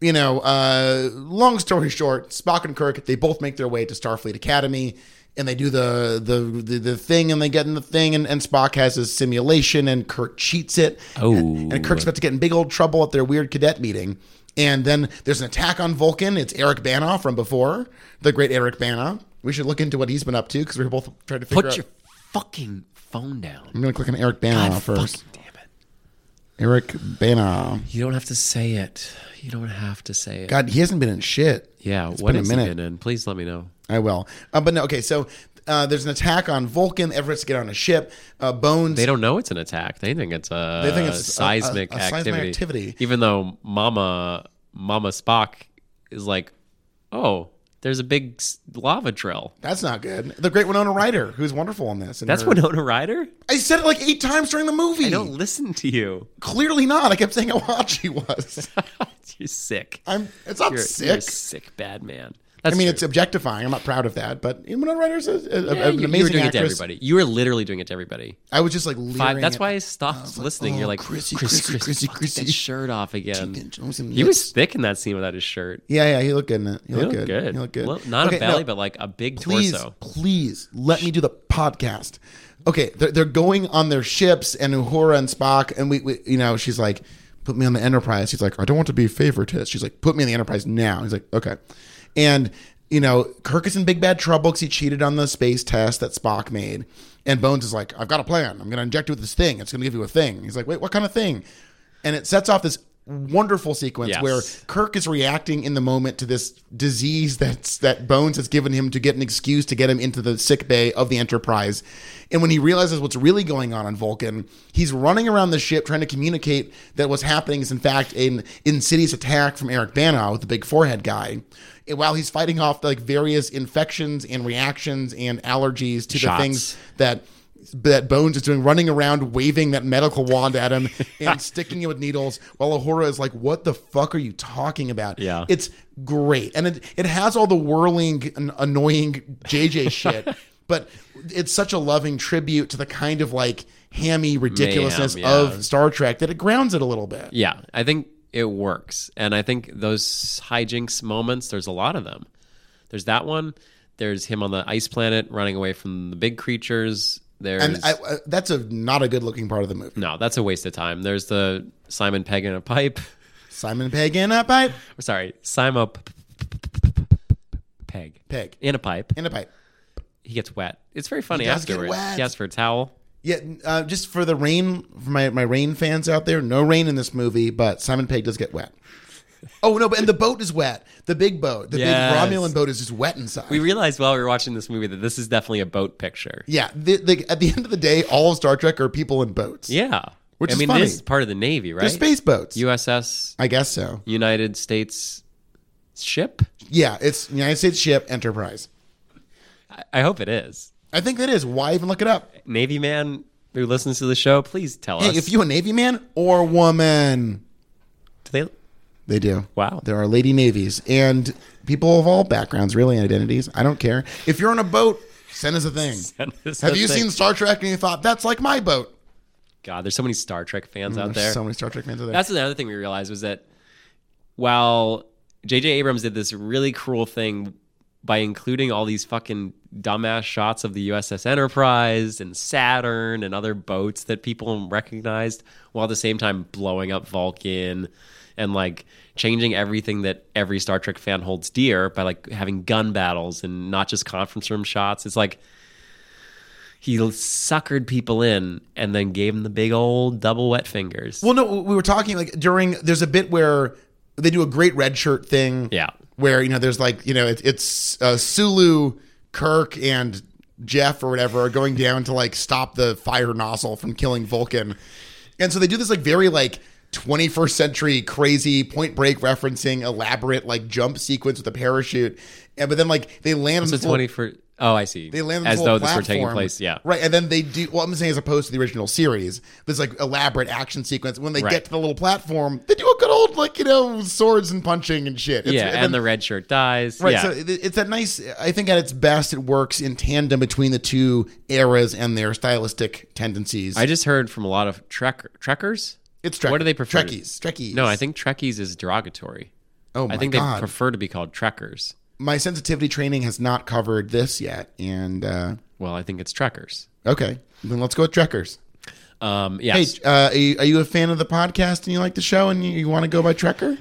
you know, uh, long story short, Spock and Kirk, they both make their way to Starfleet Academy and they do the, the, the, the thing and they get in the thing and, and Spock has his simulation and Kirk cheats it. Oh. And, and Kirk's about to get in big old trouble at their weird cadet meeting. And then there's an attack on Vulcan. It's Eric Bana from before, the great Eric Bana. We should look into what he's been up to because we're both trying to figure put out. your fucking phone down. I'm going to click on Eric Bana God first. fucking damn it! Eric Bana. You don't have to say it. You don't have to say it. God, he hasn't been in shit. yeah, it's what been a has he minute. been in? Please let me know. I will. Uh, but no, okay. So uh, there's an attack on Vulcan. Everyone's to get on a ship. Uh, Bones. They don't know it's an attack. They think it's a They think it's a- a- a seismic, seismic activity. activity. Even though Mama Mama Spock is like, oh, there's a big s- lava drill. that's not good. The great Winona Ryder, who's wonderful in this. and That's her- Winona Ryder. I said it like eight times during the movie. I don't listen to you. Clearly not. I kept saying how hot she was. you're sick. I'm. It's not You're, sick. you're a sick bad man. I That's mean, true. it's objectifying. I'm not proud of that, but Winona Ryder's a, a, a- Yeah, an you, amazing you were doing actress. it to everybody. You were literally doing it to everybody. I was just like leering. Five, that's at- why I stopped listening. oh, You're like, Chrissy, Chrissy, Chrissy, Chrissy, Chrissy, fuck, Chrissy." Get that shirt off again. He He was thick in that scene without his shirt. Yeah, yeah. He looked good. In it. He, You looked look good. good. He looked good. Well, not Okay, a belly, no. but like a big please, torso. please let me do the podcast. Okay, they're, they're going on their ships, and Uhura and Spock, and we, we, you know, she's like, put me on the Enterprise. He's like, I don't want to be favoritist. She's like, put me on the Enterprise now. He's like, okay, and you know, Kirk is in big bad trouble because he cheated on the space test that Spock made, and Bones is like, I've got a plan. I'm going to inject you with this thing. It's going to give you a thing. He's like, wait, what kind of thing? And it sets off this wonderful sequence Yes. where Kirk is reacting in the moment to this disease that's that Bones has given him to get an excuse to get him into the sick bay of the Enterprise. And when he realizes what's really going on on Vulcan, he's running around the ship trying to communicate that what's happening is in fact an insidious attack from Eric Bana with the big forehead guy. And while he's fighting off like various infections and reactions and allergies to Shots. the things that that Bones is doing, running around waving that medical wand at him and sticking it with needles, while Ahura is like, "What the fuck are you talking about?" Yeah. it's great, and it it has all the whirling, and annoying JJ shit, but it's such a loving tribute to the kind of like hammy ridiculousness Mayhem, yeah. of Star Trek that it grounds it a little bit. Yeah, I think it works, and I think those hijinks moments. There's a lot of them. There's that one. There's him on the ice planet running away from the big creatures. There's And I, uh, that's a not a good looking part of the movie. no, that's a waste of time. There's the Simon Pegg in a pipe. Simon Pegg in a pipe, I'm sorry, Simon P- Pegg Peg in a pipe. in a pipe. He gets wet. It's very funny does get afterwards. wet. He asks for a towel. Yeah, uh, just for the rain, for my, my rain fans out there, no rain in this movie, but Simon Pegg does get wet. Oh no, but and the boat is wet. The big boat, the Yes. big Romulan boat is just wet inside. We realized while we were watching this movie that this is definitely a boat picture. yeah, the, the, at the end of the day, all of Star Trek are people in boats. Yeah. Which I is mean, funny. this is part of the Navy, right? They're space boats. USS I guess so. United States ship. Yeah, it's United States ship Enterprise. I- I hope it is. I think that is. Why even look it up? Navy man who listens to the show, please tell us. Hey, if you a Navy man or woman, Do they, they do. wow. There are lady navies and people of all backgrounds, really identities. I don't care. If you're on a boat, send us a thing. Have you seen Star Trek and you thought that's like my boat? God, there's so many Star Trek fans out there. Mm, There's so many Star Trek fans out there. That's another thing we realized was that while J.J. Abrams did this really cruel thing by including all these fucking dumbass shots of the USS Enterprise and Saturn and other boats that people recognized, while at the same time blowing up Vulcan and like changing everything that every Star Trek fan holds dear by like having gun battles and not just conference room shots. It's like he suckered people in and then gave them the big old double wet fingers. well, no, we were talking like during. There's a bit where they do a great red shirt thing. Yeah. where you know there's like you know it, it's uh, Sulu, Kirk, and Jeff or whatever are going down to like stop the fire nozzle from killing Vulcan, and so they do this like very like 21st century crazy Point Break referencing elaborate like jump sequence with a parachute, and but then like they land on It's the a floor- twenty for Oh, I see. They land on this as whole though platform, this were taking place. Yeah. right. And then they do. Well, I'm saying as opposed to the original series, this like elaborate action sequence. When they Right. get to the little platform, they do a good old like you know swords and punching and shit. It's- yeah, and, then- the red shirt dies. Right, yeah. so it- it's that nice. I think at its best, it works in tandem between the two eras and their stylistic tendencies. I just heard from a lot of trek trekkers. it's Trek- what do they prefer? Trekkies, Trekkies. No, I think Trekkies is derogatory. Oh my I think god, they prefer to be called trekkers. my sensitivity training has not covered this yet. And uh, Well, I think it's trekkers. okay, then let's go with Trekkers. Um, Hey, yes. uh, are, you, are you a fan of the podcast and you like the show and you, you want to go by Trekker?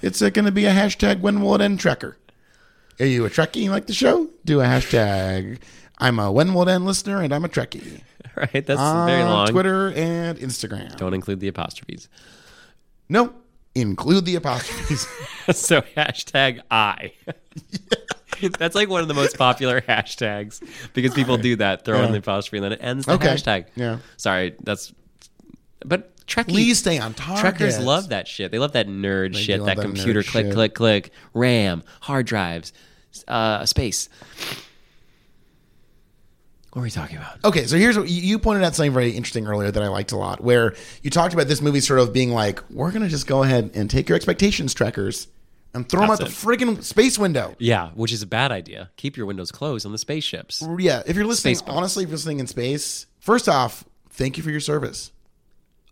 It's uh, going to be a hashtag. When will it end, Trekker? Are you a Trekkie? and You like the show? Do a hashtag. I'm a when will it end listener and I'm a Trekkie. All right, that's On very long. uh, Twitter and Instagram. Don't include the apostrophes. No, include the apostrophes. so hashtag I. That's like one of the most popular hashtags because people do that, throw in the apostrophe and then it ends the Okay. hashtag. Yeah. Sorry, that's. But Trekkie, Please stay on target. Trekkers love that shit. They love that nerd shit, love that, that computer nerd click, shit. click, click, RAM, hard drives, uh, space. What were we talking about? Okay, so here's what you- you pointed out something very interesting earlier that I liked a lot, where you talked about this movie sort of being like, we're gonna just go ahead and take your expectations, Trekkers, and throw them out That's the friggin' space window. Yeah, which is a bad idea. Keep your windows closed on the spaceships. Yeah, if you're listening, Spaceballs. honestly, if you're listening in space, first off, thank you for your service.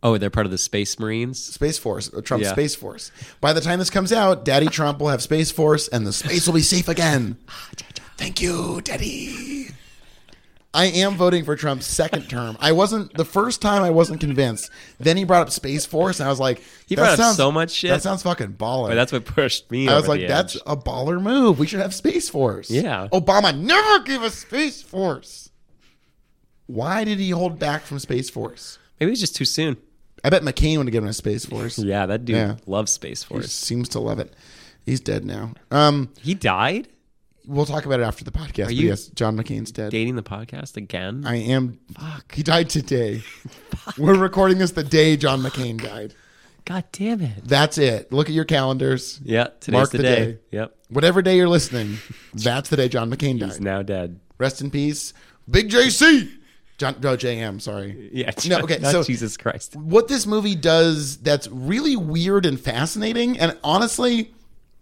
Oh, they're part of the Space Marines? Space Force, uh, Trump's Yeah. Space Force. By the time this comes out, Daddy Trump will have Space Force and the space will be safe again. Ah, Thank you, Daddy. I am voting for Trump's second term. I wasn't the first time I wasn't convinced. Then he brought up Space Force and I was like, He brought up so much shit. That sounds fucking baller. But that's what pushed me I was over like, the that's edge. a baller move. We should have Space Force. Yeah. Obama never gave us Space Force. Why did he hold back from Space Force? Maybe it's just too soon. I bet McCain would have given us Space Force. Yeah, that dude Yeah. loves Space Force. Seems to love it. He's dead now. Um, He died we'll talk about it after the podcast. But you- yes, John McCain's dead. dating the podcast again. I am. He died today. We're recording this the day John McCain died. God damn it. That's it. Look at your calendars. Yeah, today's Mark the the day. day. Yep. Whatever day you're listening, that's the day John McCain died. He's now dead. Rest in peace, Big JC. John, no, JM. Sorry. Yeah. No, okay, not so- Jesus Christ. What this movie does that's really weird and fascinating, and honestly,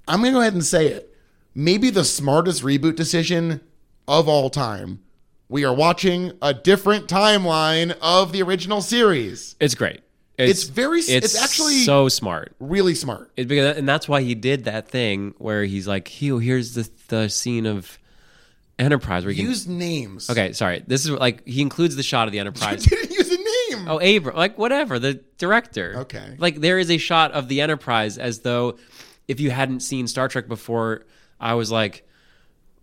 I'm gonna go ahead and say it. Maybe the smartest reboot decision of all time. We are watching a different timeline of the original series. It's great. It's very s- it's actually- so smart. Really smart. It, because, and that's why he did that thing where he's like, "He- here's the the scene of Enterprise where he can, Use names. Okay, sorry. This is like he includes the shot of the Enterprise. Didn't use a name. Oh, Abram, like whatever, the director. Okay. Like there is a shot of the Enterprise as though if you hadn't seen Star Trek before, I was like,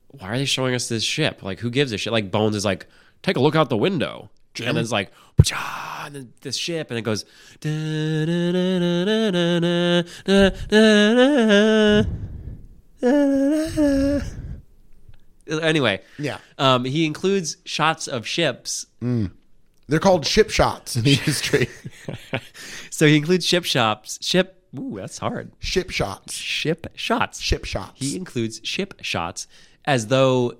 why are they showing us this ship? Like who gives a shit? Like Bones is like, take a look out the window. And then it's like, "Pshaw," and then the ship, and it goes. "Da, da, da, da, da, da, da, da, da, da, da." Anyway, Yeah. um, he includes shots of ships They're called ship shots in the industry. so he includes ship shops, ship. Ooh, that's hard. ship shots. Ship shots. Ship shots. He includes ship shots as though,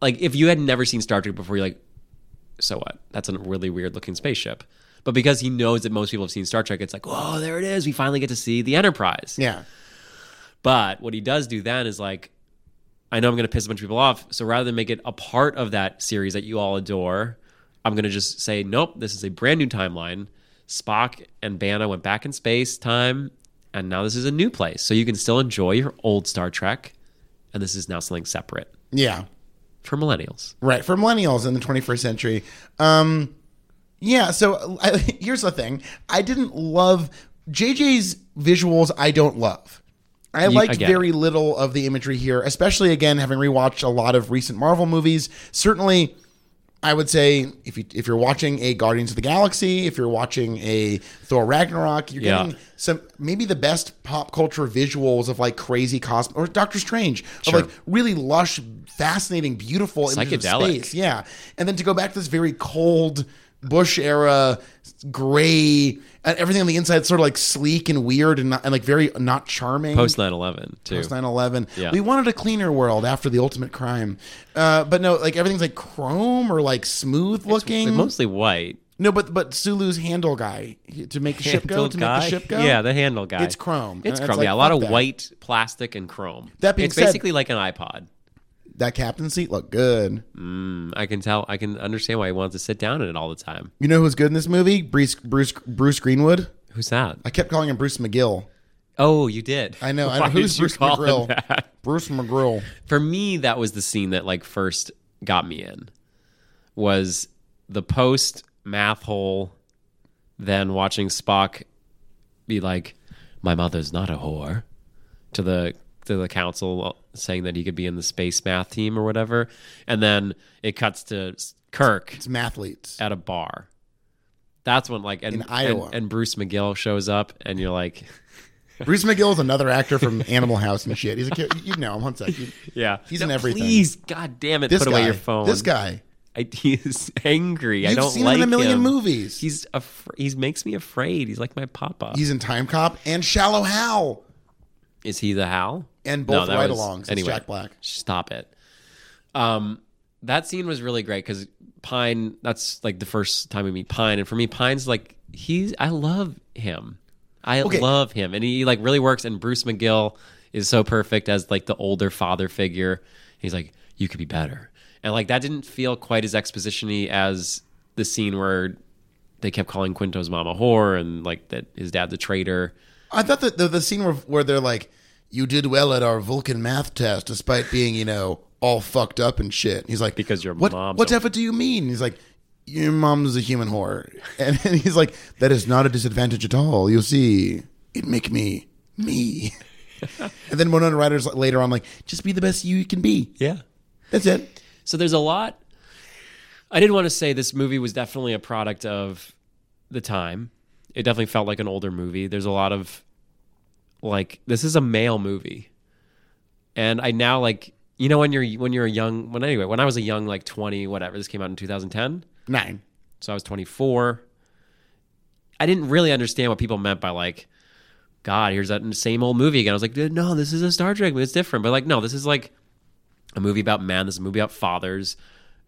like, if you had never seen Star Trek before, you're like, so what? That's a really weird looking spaceship. But because he knows that most people have seen Star Trek, it's like, oh, there it is. We finally get to see the Enterprise. yeah. But what he does do then is like, I know I'm going to piss a bunch of people off. So rather than make it a part of that series that you all adore, I'm going to just say, nope, this is a brand new timeline. Spock and Bana went back in space time, and now this is a new place. So you can still enjoy your old Star Trek, and this is now something separate Yeah. for millennials. Right, for millennials in the 21st century. Um, yeah, so I, here's the thing. I didn't love JJ's visuals I don't love. I liked again. very little of the imagery here, especially again having rewatched a lot of recent Marvel movies. Certainly I would say if you if you're watching a Guardians of the Galaxy, if you're watching a Thor Ragnarok, you're Yeah. getting some maybe the best pop culture visuals of like crazy cosmos or Doctor Strange Sure. of like really lush, fascinating, beautiful images of Psychedelic. space. Yeah. And then to go back to this very cold, Bush era gray, and everything on the inside sort of like sleek and weird and, not, and like very not charming. Post 9 11, too. Post 9/11. Yeah. We wanted a cleaner world after the ultimate crime. Uh, but no, like everything's like chrome or like smooth looking. Like, mostly white. no, but but Sulu's handle guy he- to make the ship go, Handle to guy. make the ship go. Yeah, the handle guy. It's chrome. It's And chrome. like, yeah, a lot fuck of that. white plastic and chrome. That being it's said- basically like an iPod. That captain seat looked good. Mm, I can tell. I can understand why he wants to sit down in it all the time. You know who's good in this movie? Bruce Bruce Bruce Greenwood. Who's that? I kept calling him Bruce McGill. Oh, you did. I know. I know Why who's did you Bruce call him McGrill. that? Bruce McGrill. for me that was the scene that like first got me in was the post math hole then watching spock be like my mother's not a whore to the to the council saying that he could be in the space math team or whatever and then it cuts to kirk It's mathletes. at a bar that's when like and, In Iowa. and, and bruce mcgill shows up and you're like Bruce McGill is another actor from Animal House and shit. He's a kid. You know him. One sec. You- yeah He's in everything. please god damn it This put guy. away your phone This guy. I, he is angry. I You've don't seen like him in a million him. movies. He's af- he makes me afraid. He's like my papa. He's in Time Cop and Shallow Hal is he the Hal? and No, both that ride was- alongs. Anyway, Jack Black. stop it. Um, that scene was really great because Pine. That's like the first time we meet Pine, and for me, Pine's like he's. I love him. I Okay. love him, and he like really works. And Bruce McGill is so perfect as like the older father figure. He's like, you could be better, and like that didn't feel quite as expositiony as the scene where they kept calling Quinto's mom a whore and like that his dad's a traitor. I thought that the, the scene where, where they're like, "You did well at our Vulcan math test, despite being you know all fucked up and shit." He's like, Because your what, mom's What a- effort do you mean?" He's like, "Your mom's a human whore," and, and he's like, "That is not a disadvantage at all. You'll see, it make me me." and then Winona Ryder's later on like, "Just be the best you can be." Yeah, That's it. So there's a lot. I did want to say this movie was definitely a product of the time. It definitely felt like an older movie. There's a lot of like this is a male movie. And I now like you know when you're when you're a young when anyway, when I was a young like 20 whatever, this came out in 2010. Nine. So I was 24. I didn't really understand what people meant by like, God, here's that same old movie again. I was like, dude, no, this is a Star Trek movie. It's different. But like, no, this is like a movie about men. This is a movie about fathers.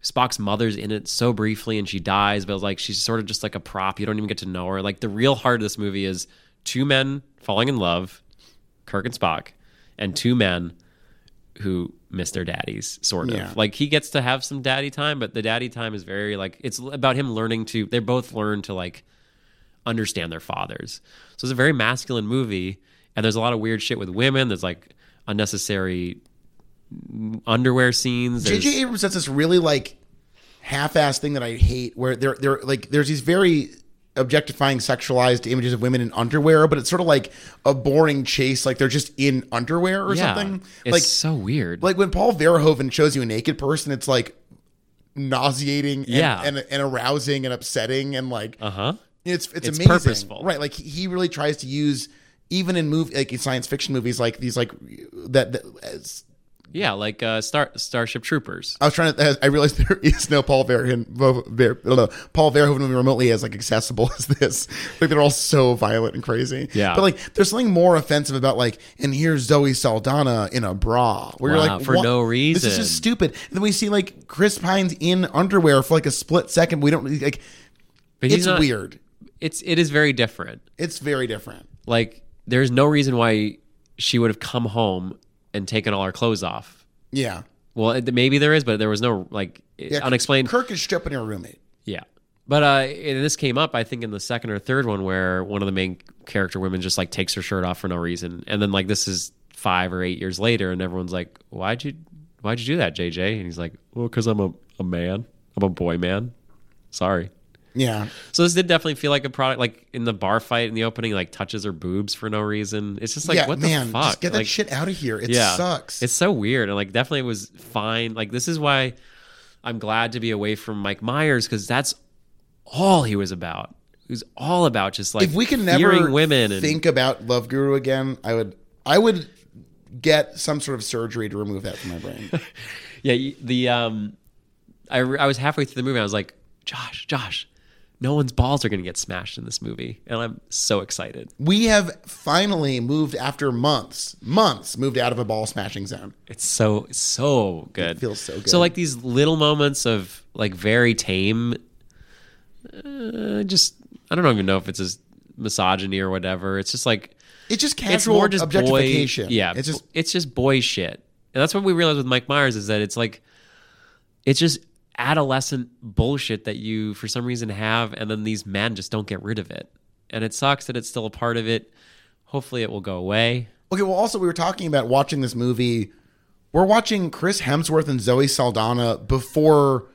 Spock's mother's in it so briefly and she dies, but like she's sort of just like a prop. You don't even get to know her. Like the real heart of this movie is two men falling in love, Kirk and Spock, and two men who miss their daddies, sort of. Yeah. Like he gets to have some daddy time, but the daddy time is very like it's about him learning to they both learn to like understand their fathers. So it's a very masculine movie, and there's a lot of weird shit with women. There's like unnecessary underwear scenes. There's- J.J. Abrams does this really like half-ass thing that I hate, where they're they're like there's these very objectifying, sexualized images of women in underwear, but it's sort of like a boring chase, like they're just in underwear or yeah, something. It's like so weird. like when Paul Verhoeven shows you a naked person, it's like nauseating, and, Yeah. and, and arousing and upsetting, and like uh huh. it's it's, It's amazing, purposeful. right? Like he- he really tries to use even in movie like in science fiction movies, like these like that. that Yeah, like uh, Star Starship Troopers. I was trying to. I realized there is no Paul Verhoeven, Vo- Ver, no, Paul Verhoeven remotely as like accessible as this. Like they're all so violent and crazy. Yeah. But like, there's something more offensive about like, and here's Zoe Saldana in a bra, where you're Wow, like, for "What? no reason." This is just stupid. And then we see like Chris Pine's in underwear for like a split second. We don't really- like. But he's It's not- weird. It's it is very different. It's very different. Like there's no reason why she would have come home and taken all her clothes off. Yeah. Well, it- maybe there is, but there was no like unexplained. Kirk is stripping her roommate. Yeah. But uh, and this came up, I think, in the second or third one, where one of the main character women just like takes her shirt off for no reason, and then like this is five or eight years later, and everyone's like, "Why'd you, why'd you do that, JJ?" And he's like, "Well, because I'm a, a man. I'm a boy man. Sorry." Yeah. So this did definitely feel like a product, like in the bar fight in the opening, like touches her boobs for no reason. It's just like, yeah. what the man, fuck? just get that Like, shit out of here. It sucks. it's so weird. And like definitely was fine. Like this is why I'm glad to be away from Mike Myers because that's all he was about. He was all about just like if we can fearing never women and think about Love Guru again, I would I would get some sort of surgery to remove that from my brain. yeah. you- The um, I re- I was halfway through the movie. I was like, Josh, Josh, no one's balls are going to get smashed in this movie, and I'm so excited. We have finally moved after months, months moved out of a ball smashing zone. It's so so good. feels so good. So like these little moments of like very tame, uh, just I don't even know if it's just misogyny or whatever. It's just like It's just casual it's more just objectification. Boy, yeah, It's just it's just boy shit, and that's what we realized with Mike Myers is that it's like it's just adolescent bullshit that you for some reason have, and then these men just don't get rid of it, and it sucks that it's still a part of it. Hopefully, it will go away. Okay, well, also we were talking about watching this movie. We're watching Chris Hemsworth and Zoe Saldana before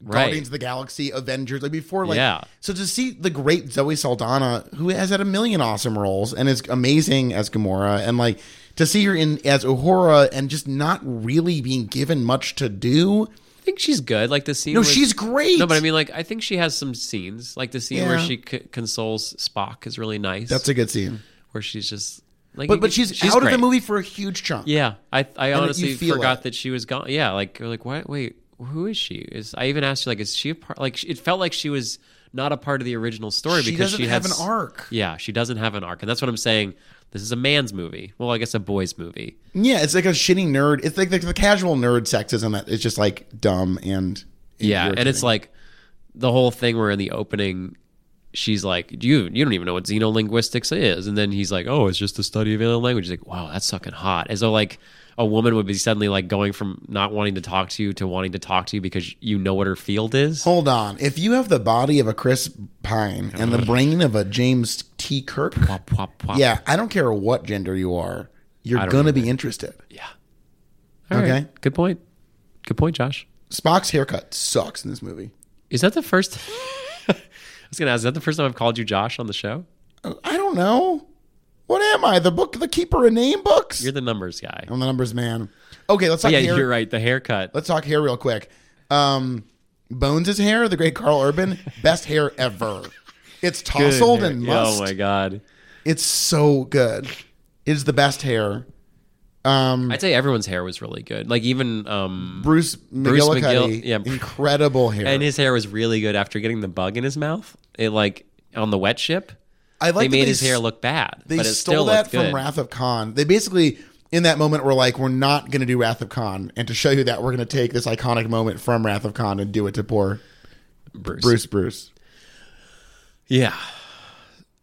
Right. Guardians of the Galaxy, Avengers, like before, like Yeah. So to see the great Zoe Saldana, who has had a million awesome roles and is amazing as Gamora, and like to see her in as Uhura and just not really being given much to do. I think she's good. Like the scene. No, with- she's great. No, but I mean, like, I think she has some scenes, like the scene where Yeah. she c- consoles Spock is really nice. that's a good scene. where she's just like, But but she's, out great. of the movie for a huge chunk. Yeah, I I honestly feel forgot it. that she was gone. Yeah, like you're like, what? Wait, who is she? Is I even asked you like, is she a part? Like, it felt like she was not a part of the original story she because doesn't she have has an arc. Yeah, she doesn't have an arc, and that's what I'm saying. This is a man's movie. Well, I guess a boy's movie. Yeah, it's like a shitty nerd. It's like the, the casual nerd sexism that is just like dumb and Yeah, and it's like the whole thing where in the opening she's like, "Do you you don't even know what xenolinguistics is," and then he's like, "Oh, it's just the study of alien languages." Like, wow, that's fucking hot. As though like a woman would be suddenly like going from not wanting to talk to you to wanting to talk to you because you know what her field is. Hold on. If you have the body of a Chris Pine and the brain of a James T. Kirk, Wop, wop, wop. yeah, I don't care what gender you are, you're don't gonna be interested. All right. okay. Good point. Good point, Josh. Spock's haircut sucks in this movie. Is that the first? I was gonna ask. Is that the first time I've called you Josh on the show? Uh, I don't know. What am I? The book, the keeper of name books. You're the numbers guy. I'm the numbers man. Okay, let's talk yeah, hair. you're right. The haircut. Let's talk hair real quick. Um, Bones' hair, the great Carl Urban, best hair ever. It's tousled and oh mussed. my god. It's so good. It is the best hair. Um, I'd say everyone's hair was really good. Like even um Bruce McGillicuddy, McGill- yeah. incredible hair. and his hair was really good after getting the bug in his mouth. It like on the wet ship. I like they that made they his hair s- look bad. they but it stole still that looked from good. Wrath of Khan. They basically, in that moment, were like, "We're not going to do Wrath of Khan," and to show you that, we're going to take this iconic moment from Wrath of Khan and do it to poor Bruce. Bruce. Bruce. Yeah.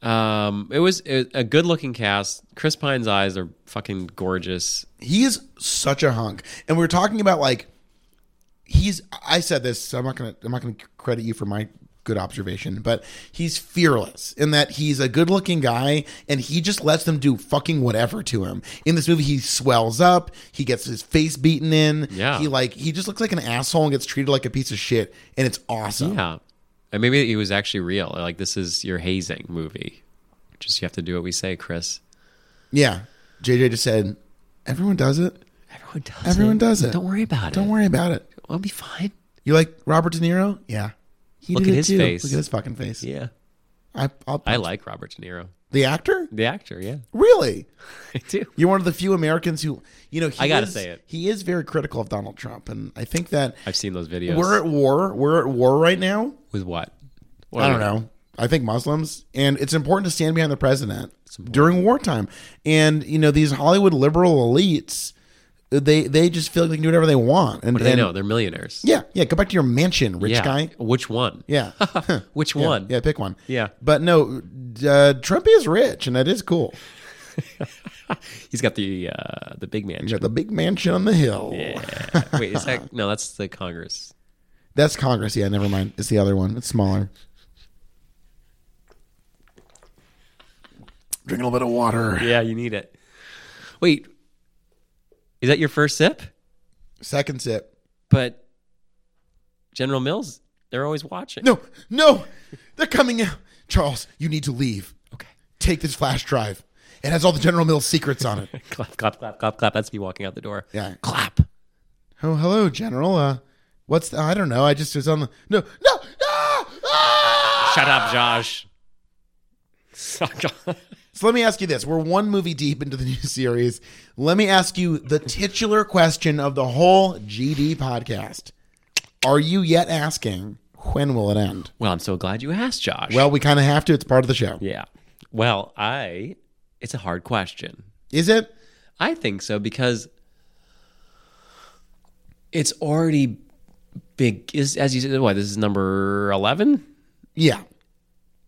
Um it was it, a good looking cast. Chris Pine's eyes are fucking gorgeous. He is such a hunk, and we were talking about like he's. I said this, so I'm not gonna. I'm not gonna credit you for my good observation, but he's fearless in that he's a good-looking guy, and he just lets them do fucking whatever to him. In this movie, he swells up. He gets his face beaten in. Yeah. he like he just looks like an asshole and gets treated like a piece of shit, and it's awesome. Yeah. And maybe it was actually real. Like this is your hazing movie. Just you have to do what we say, Chris. Yeah. JJ just said, "Everyone does it. Everyone does Everyone does it. Don't worry about Don't it. worry about it. I'll be fine. You like Robert De Niro? Yeah." He Look did at it his too. face. Look at his fucking face. Yeah. I, I'll, I like Robert De Niro. the actor. The actor, yeah. Really, I do. you're one of the few Americans who, you know, he I gotta is- say it. He is very critical of Donald Trump, and I think that I've seen those videos. we're at war. We're at war right now. With what? Oh, I don't know. I think Muslims, and it's important to stand behind the president during wartime. And you know, these Hollywood liberal elites, they they just feel like they can do whatever they want. And, What do they and- know? They're millionaires. Yeah, yeah. Go back to your mansion, rich Yeah. guy. Which one? Yeah. Which Yeah, one? Yeah, pick one. Yeah. But no, uh, Trump is rich, and that is cool. He's got the uh, the big man. You got the big mansion on the hill. Yeah. Wait, is that no? That's the Congress. That's Congress. Yeah, never mind. It's the other one. It's smaller. Drink a little bit of water. Yeah, you need it. Wait, is that your first sip? Second sip. But General Mills, they're always watching. No, no, they're coming out. Charles, you need to leave. Okay. Take this flash drive. It has all the General Mills secrets on it. Clap, clap, clap, clap, clap. That's me walking out the door. Yeah. Clap. Oh, hello, General. Uh, what's the, I don't know. I just was on the no, no, no. Ah! Shut up, Josh. Suck on- So let me ask you this. We're one movie deep into the new series. Let me ask you the titular question of the whole GD podcast. Are you yet asking When will it end? Well, I'm so glad you asked, Josh. Well, we kind of have to. It's part of the show. yeah. Well, I. It's a hard question. Is it? I think so because it's already big. Is as you said, what this is number eleven. Yeah.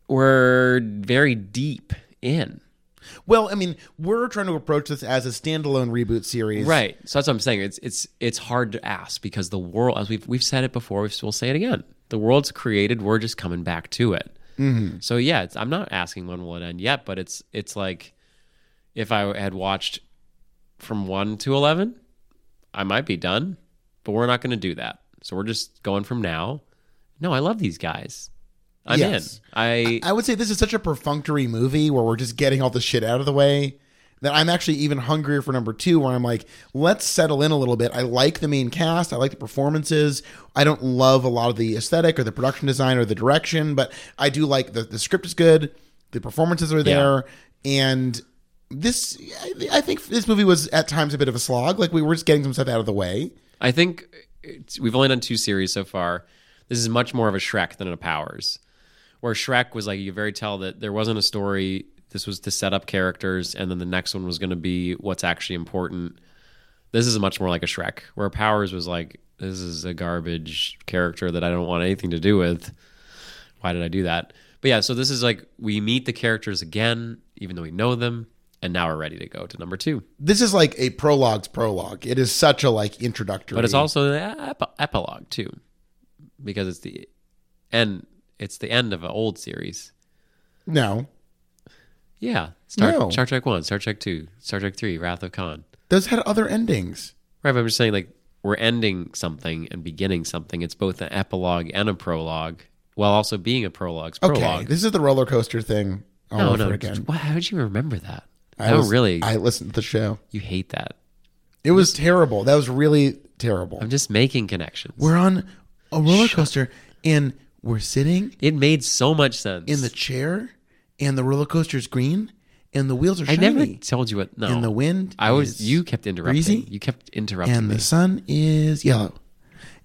We're very deep in. Well, I mean, we're trying to approach this as a standalone reboot series. Right. So that's what I'm saying. It's it's it's hard to ask because the world, as we've we've said it before, we've- we'll say it again. The world's created. We're just coming back to it. Mm-hmm. So yeah, it's, I'm not asking when will it end yet, but it's it's like if I had watched from one to eleven, I might be done. But we're not going to do that. So we're just going from now. No, I love these guys. I'm Yes. in. I I would say this is such a perfunctory movie where we're just getting all the shit out of the way that I'm actually even hungrier for number two, where I'm like, let's settle in a little bit. I like the main cast, I like the performances. I don't love a lot of the aesthetic or the production design or the direction, but I do like the the script is good, the performances are there, and this I I think this movie was at times a bit of a slog. Like we were just getting some stuff out of the way. I think it's, we've only done two series so far. This is much more of a Shrek than a Powers, where Shrek was like you could very tell that there wasn't a story. This was to set up characters, and then the next one was going to be what's actually important. This is much more like a Shrek, where Powers was like, "This is a garbage character that I don't want anything to do with. Why did I do that?" But yeah, so this is like we meet the characters again, even though we know them, and now we're ready to go to number two. This is like a prologue's prologue. It is such a like introductory. But it's also the ep- epilogue too, because it's the end. It's the end of an old series. no. Yeah, Star, No. Star Trek One, Star Trek Two, Star Trek Three, Wrath of Khan. Those had other endings. Right, but I'm just saying like we're ending something and beginning something. It's both an epilogue and a prologue, while also being a prologue's Okay, prologue. this is the roller coaster thing all No, over no, again. why- how would you remember that? I no, was- really, I listened to the show. you hate that. It was terrible. That was really terrible. I'm just making connections. We're on a roller coaster and we're sitting it made so much sense. in the chair, and the roller coaster's green, and the wheels are I shiny, never told you what. No, and the wind. I was. is- You kept interrupting. breezy, You kept interrupting. and me. the sun is yellow.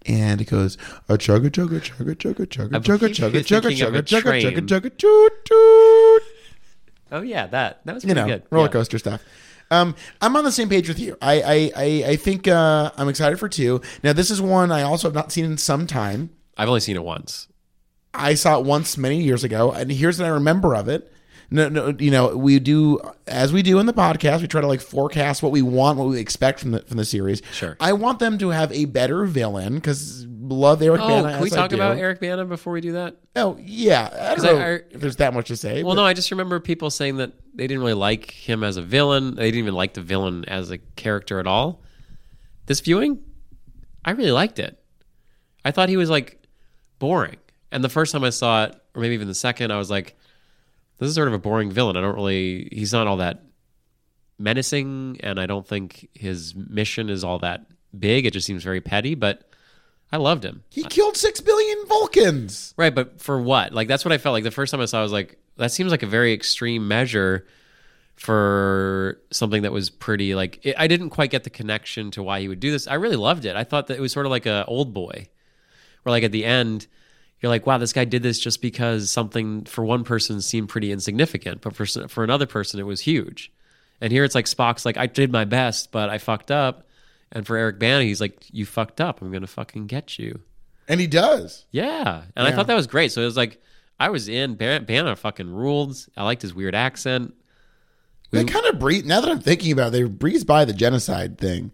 And it goes a chugga chugga chugga chugga chugga believe chugga chugga you're chugga thinking of chugga a chugga train. chugga chugga toot toot. Oh yeah, that that was you pretty know, good. roller Yeah. coaster stuff. Um, I'm on the same page with you. I I I, I think uh, I'm excited for two. Now this is one I also have not seen in some time. I've only seen it once. I saw it once many years ago, and here's what I remember of it. No, no, you know, we do as we do in the podcast. We try to like forecast what we want, what we expect from the from the series. Sure. I want them to have a better villain because love Eric. Oh, Bana can we as I talk do. about Eric Bana before we do that? Oh, yeah. I don't 'Cause I- know I- if there's that much to say. Well, no, I just remember people saying that they didn't really like him as a villain. They didn't even like the villain as a character at all. This viewing, I really liked it. I thought he was like boring. And the first time I saw it, or maybe even the second, I was like, this is sort of a boring villain. I don't really, he's not all that menacing. And I don't think his mission is all that big. It just seems very petty, but I loved him. he killed six billion Vulcans. Right, but for what? Like that's what I felt like the first time I saw. it, I was like, that seems like a very extreme measure for something that was pretty. Like it, I didn't quite get the connection to why he would do this. I really loved it. I thought that it was sort of like a old boy, where like at the end, you're like, wow, this guy did this just because something for one person seemed pretty insignificant, but for s- for another person it was huge. And here it's like Spock's like, I did my best, but I fucked up. And for Eric Bana, he's like, you fucked up. I'm gonna fucking get you. And he does. Yeah, and I Yeah. thought that was great. So it was like I was in. Ban- Banner fucking ruled. I liked his weird accent. They kind of breeze. Now that I'm thinking about it, they breeze by the genocide thing.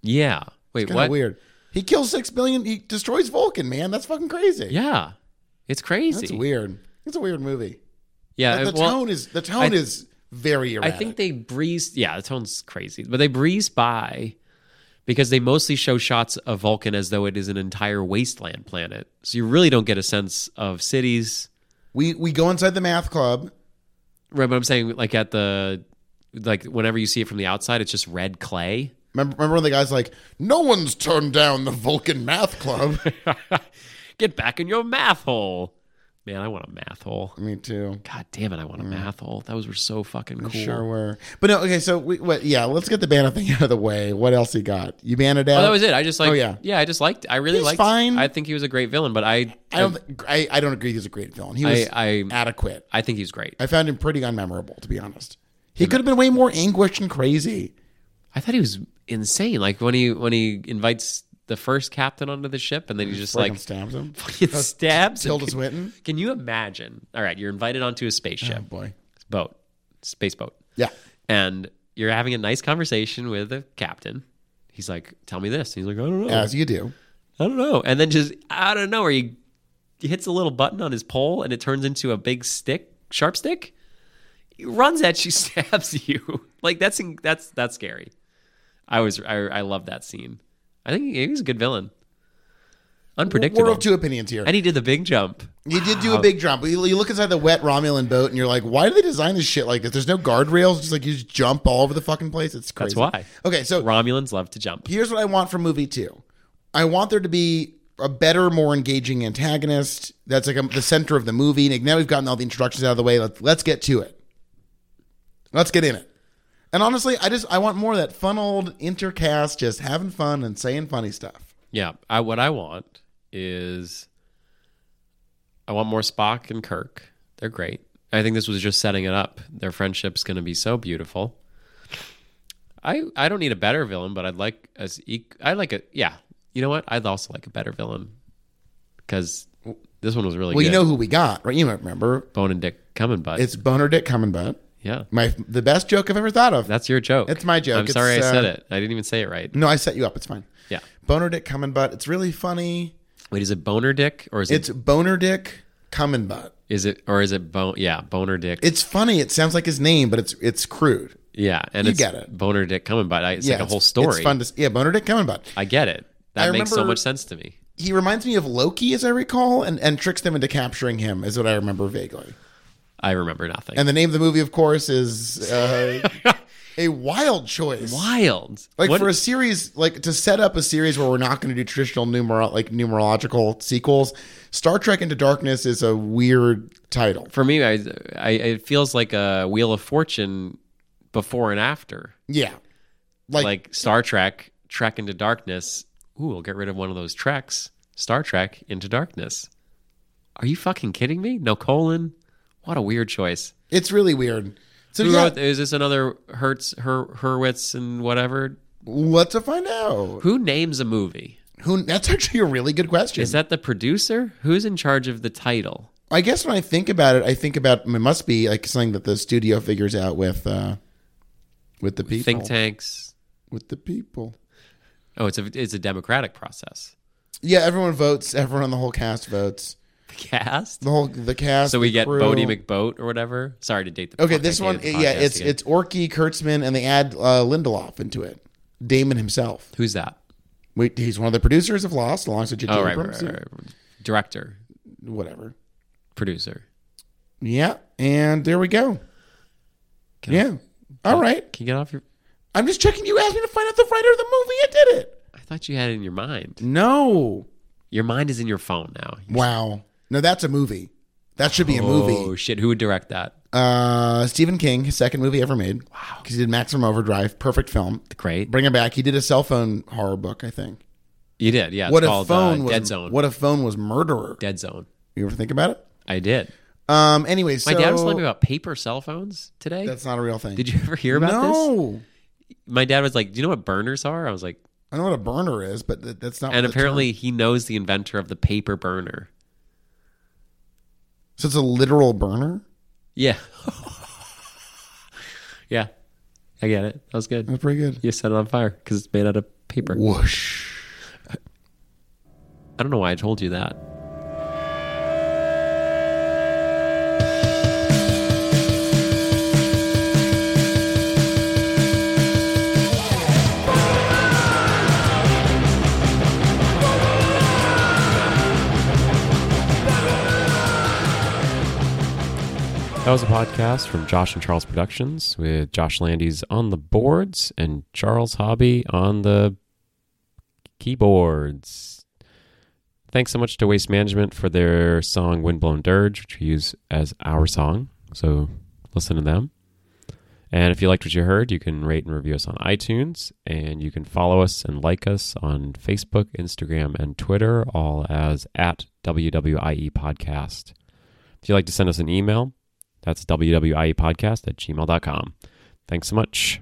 Yeah. Wait, Kind of what? weird. He kills six billion. He destroys Vulcan. Man, that's fucking crazy. Yeah, it's crazy. that's weird. It's a weird movie. Yeah, But the it- Uh, well, tone is the tone is very I erratic. think they breezed. Yeah, the tone's crazy, but they breezed by because they mostly show shots of Vulcan as though it is an entire wasteland planet. So you really don't get a sense of cities. we we go inside the math club. Right, but I'm saying like at the like whenever you see it from the outside, it's just red clay. Remember, remember when the guy's like, "No one's turned down the Vulcan math club." Get back in your math hole. Man, I want a math hole. Me too. God damn it, I want a math hole. Those were so fucking cool. Mm. Sure were. But no, okay, so we, what, yeah, let's get the Banna thing out of the way. What else he got? You Banna down? Oh, that was it. I just like, Oh, yeah. yeah. I just liked. I really He's liked. fine. I think he was a great villain, but I, I don't, think- I, I don't agree he's a great villain. He was I, I, I, adequate. think he's great. I found him pretty unmemorable, to be honest. He could have been way more anguished and crazy. I thought he was insane. Like when he when he invites the first captain onto the ship, and then he just like Fucking stabs him. fucking stabs. him. Tilda Swinton. Can you imagine? All right, you're invited onto a spaceship, Oh boy. boat, space boat, Yeah. and you're having a nice conversation with the captain. He's like, "Tell me this." He's like, "I don't know." As you do. I don't know. And then just out of nowhere, he he hits a little button on his pole and it turns into a big stick, sharp stick. He runs at you, stabs you. Like that's that's that's scary. I was I, I love that scene. I think he was a good villain. Unpredictable. We're of two opinions here. and he did the big jump. He did do a big jump. You you look inside the wet Romulan boat and you're like, why do they design this shit like this? There's no guardrails. It's just like you just jump all over the fucking place. It's crazy. why. Okay, so Romulans love to jump. here's what I want from movie two. I want there to be a better, more engaging antagonist. That's like a, the center of the movie. Like now we've gotten all the introductions out of the way. Let's let's get to it. Let's get in it. And honestly, I just I want more of that fun old intercast, just having fun and saying funny stuff. Yeah. I, what I want is I want more Spock and Kirk. They're great. I think this was just setting it up. Their friendship's going to be so beautiful. I I don't need a better villain, but I'd like as eq- I like a yeah. You know what? I'd also like a better villain because this one was really Well, good. you know who we got, right? You might remember Bone and Dick coming, bud. it's Boner Dick coming butt. yeah, My the best joke I've ever thought of. that's your joke. It's my joke. I'm It's, sorry I said uh, it. I didn't even say it right. No, I set you up. It's fine. Yeah. Boner Dick coming butt. It's really funny. Wait, is it boner dick or is it It's Boner Dick coming butt. is it or is it bone? Yeah, boner dick. It's funny. It sounds like his name, but it's it's crude. Yeah, and You it's get it. boner dick coming by. It's like a whole story. It's fun to s- yeah, Boner Dick coming butt. I get it. That I makes so remember- much sense to me. He reminds me of Loki, as I recall, and and tricks them into capturing him, is what I remember vaguely. I remember nothing. And the name of the movie, of course, is uh, a wild choice. Wild. Like What- for a series, like to set up a series where we're not going to do traditional numeral like numerological sequels, Star Trek Into Darkness is a weird title. for me, I, I it feels like a Wheel of Fortune before and after, Yeah, like, like, Star Trek Trek into Darkness. Ooh, we'll get rid of one of those treks. Star Trek into Darkness. Are you fucking kidding me? No colon. What a weird choice. it's really weird. So Who yeah, wrote? Is this another Hertz, Her, Hurwitz, and whatever? let's find out. Who names a movie? Who? That's actually a really good question. Is that the producer? Who's in charge of the title? I guess when I think about it, I think about it must be like something that the studio figures out with uh with the people. Think tanks. With the people. Oh, it's a it's a democratic process. Yeah, everyone votes. Everyone on the whole cast votes. The cast. The whole the cast. So we the get crew. Bodie McBoat or whatever. Sorry to date the. Okay, fuck, I this one, dated the yeah, podcast it's again. it's Orky Kurtzman, and they add uh, Lindelof into it. Damon himself. who's that? Wait, he's one of the producers of Lost, alongside J.J. Oh, right, right, Abrams. right, right, right. Director, Whatever. producer. Yeah, and there we go. Can yeah. All right. Can you get off your? I'm just checking. You asked me to find out the writer of the movie. I did it. I thought you had it in your mind. No. Your mind is in your phone now. Wow. No, that's a movie. That should be a movie. Oh shit! Who would direct that? Uh, Stephen King, his second movie ever made. Wow. Because he did Maximum Overdrive, perfect film. Great. Bring him back. He did a cell phone horror book, I think. You did. Yeah. It's What if called phone uh, was Dead Zone. What if phone was murderer? Dead Zone. You ever think about it? I did. Um. Anyway, so My dad was telling me about paper cell phones today. that's not a real thing. did you ever hear about this? no. my dad was like, "Do you know what burners are?" I was like, I know what a burner is, but th- that's not. and the term- apparently he knows the inventor of the paper burner. so it's a literal burner. Yeah, yeah, I get it. That was good. That's pretty good. You set it on fire because it's made out of paper. Whoosh. I don't know why I told you that. That was a podcast from Josh and Charles Productions with Josh Landis on the boards and Charles Hobby on the keyboards. Thanks so much to Waste Management for their song Windblown Dirge, which we use as our song. So listen to them. And if you liked what you heard, you can rate and review us on iTunes. And you can follow us and like us on Facebook, Instagram, and Twitter, all as at WWIE E Podcast. If E you'd like to send us an email, that's WWIE Podcast at gmail.com. Thanks so much.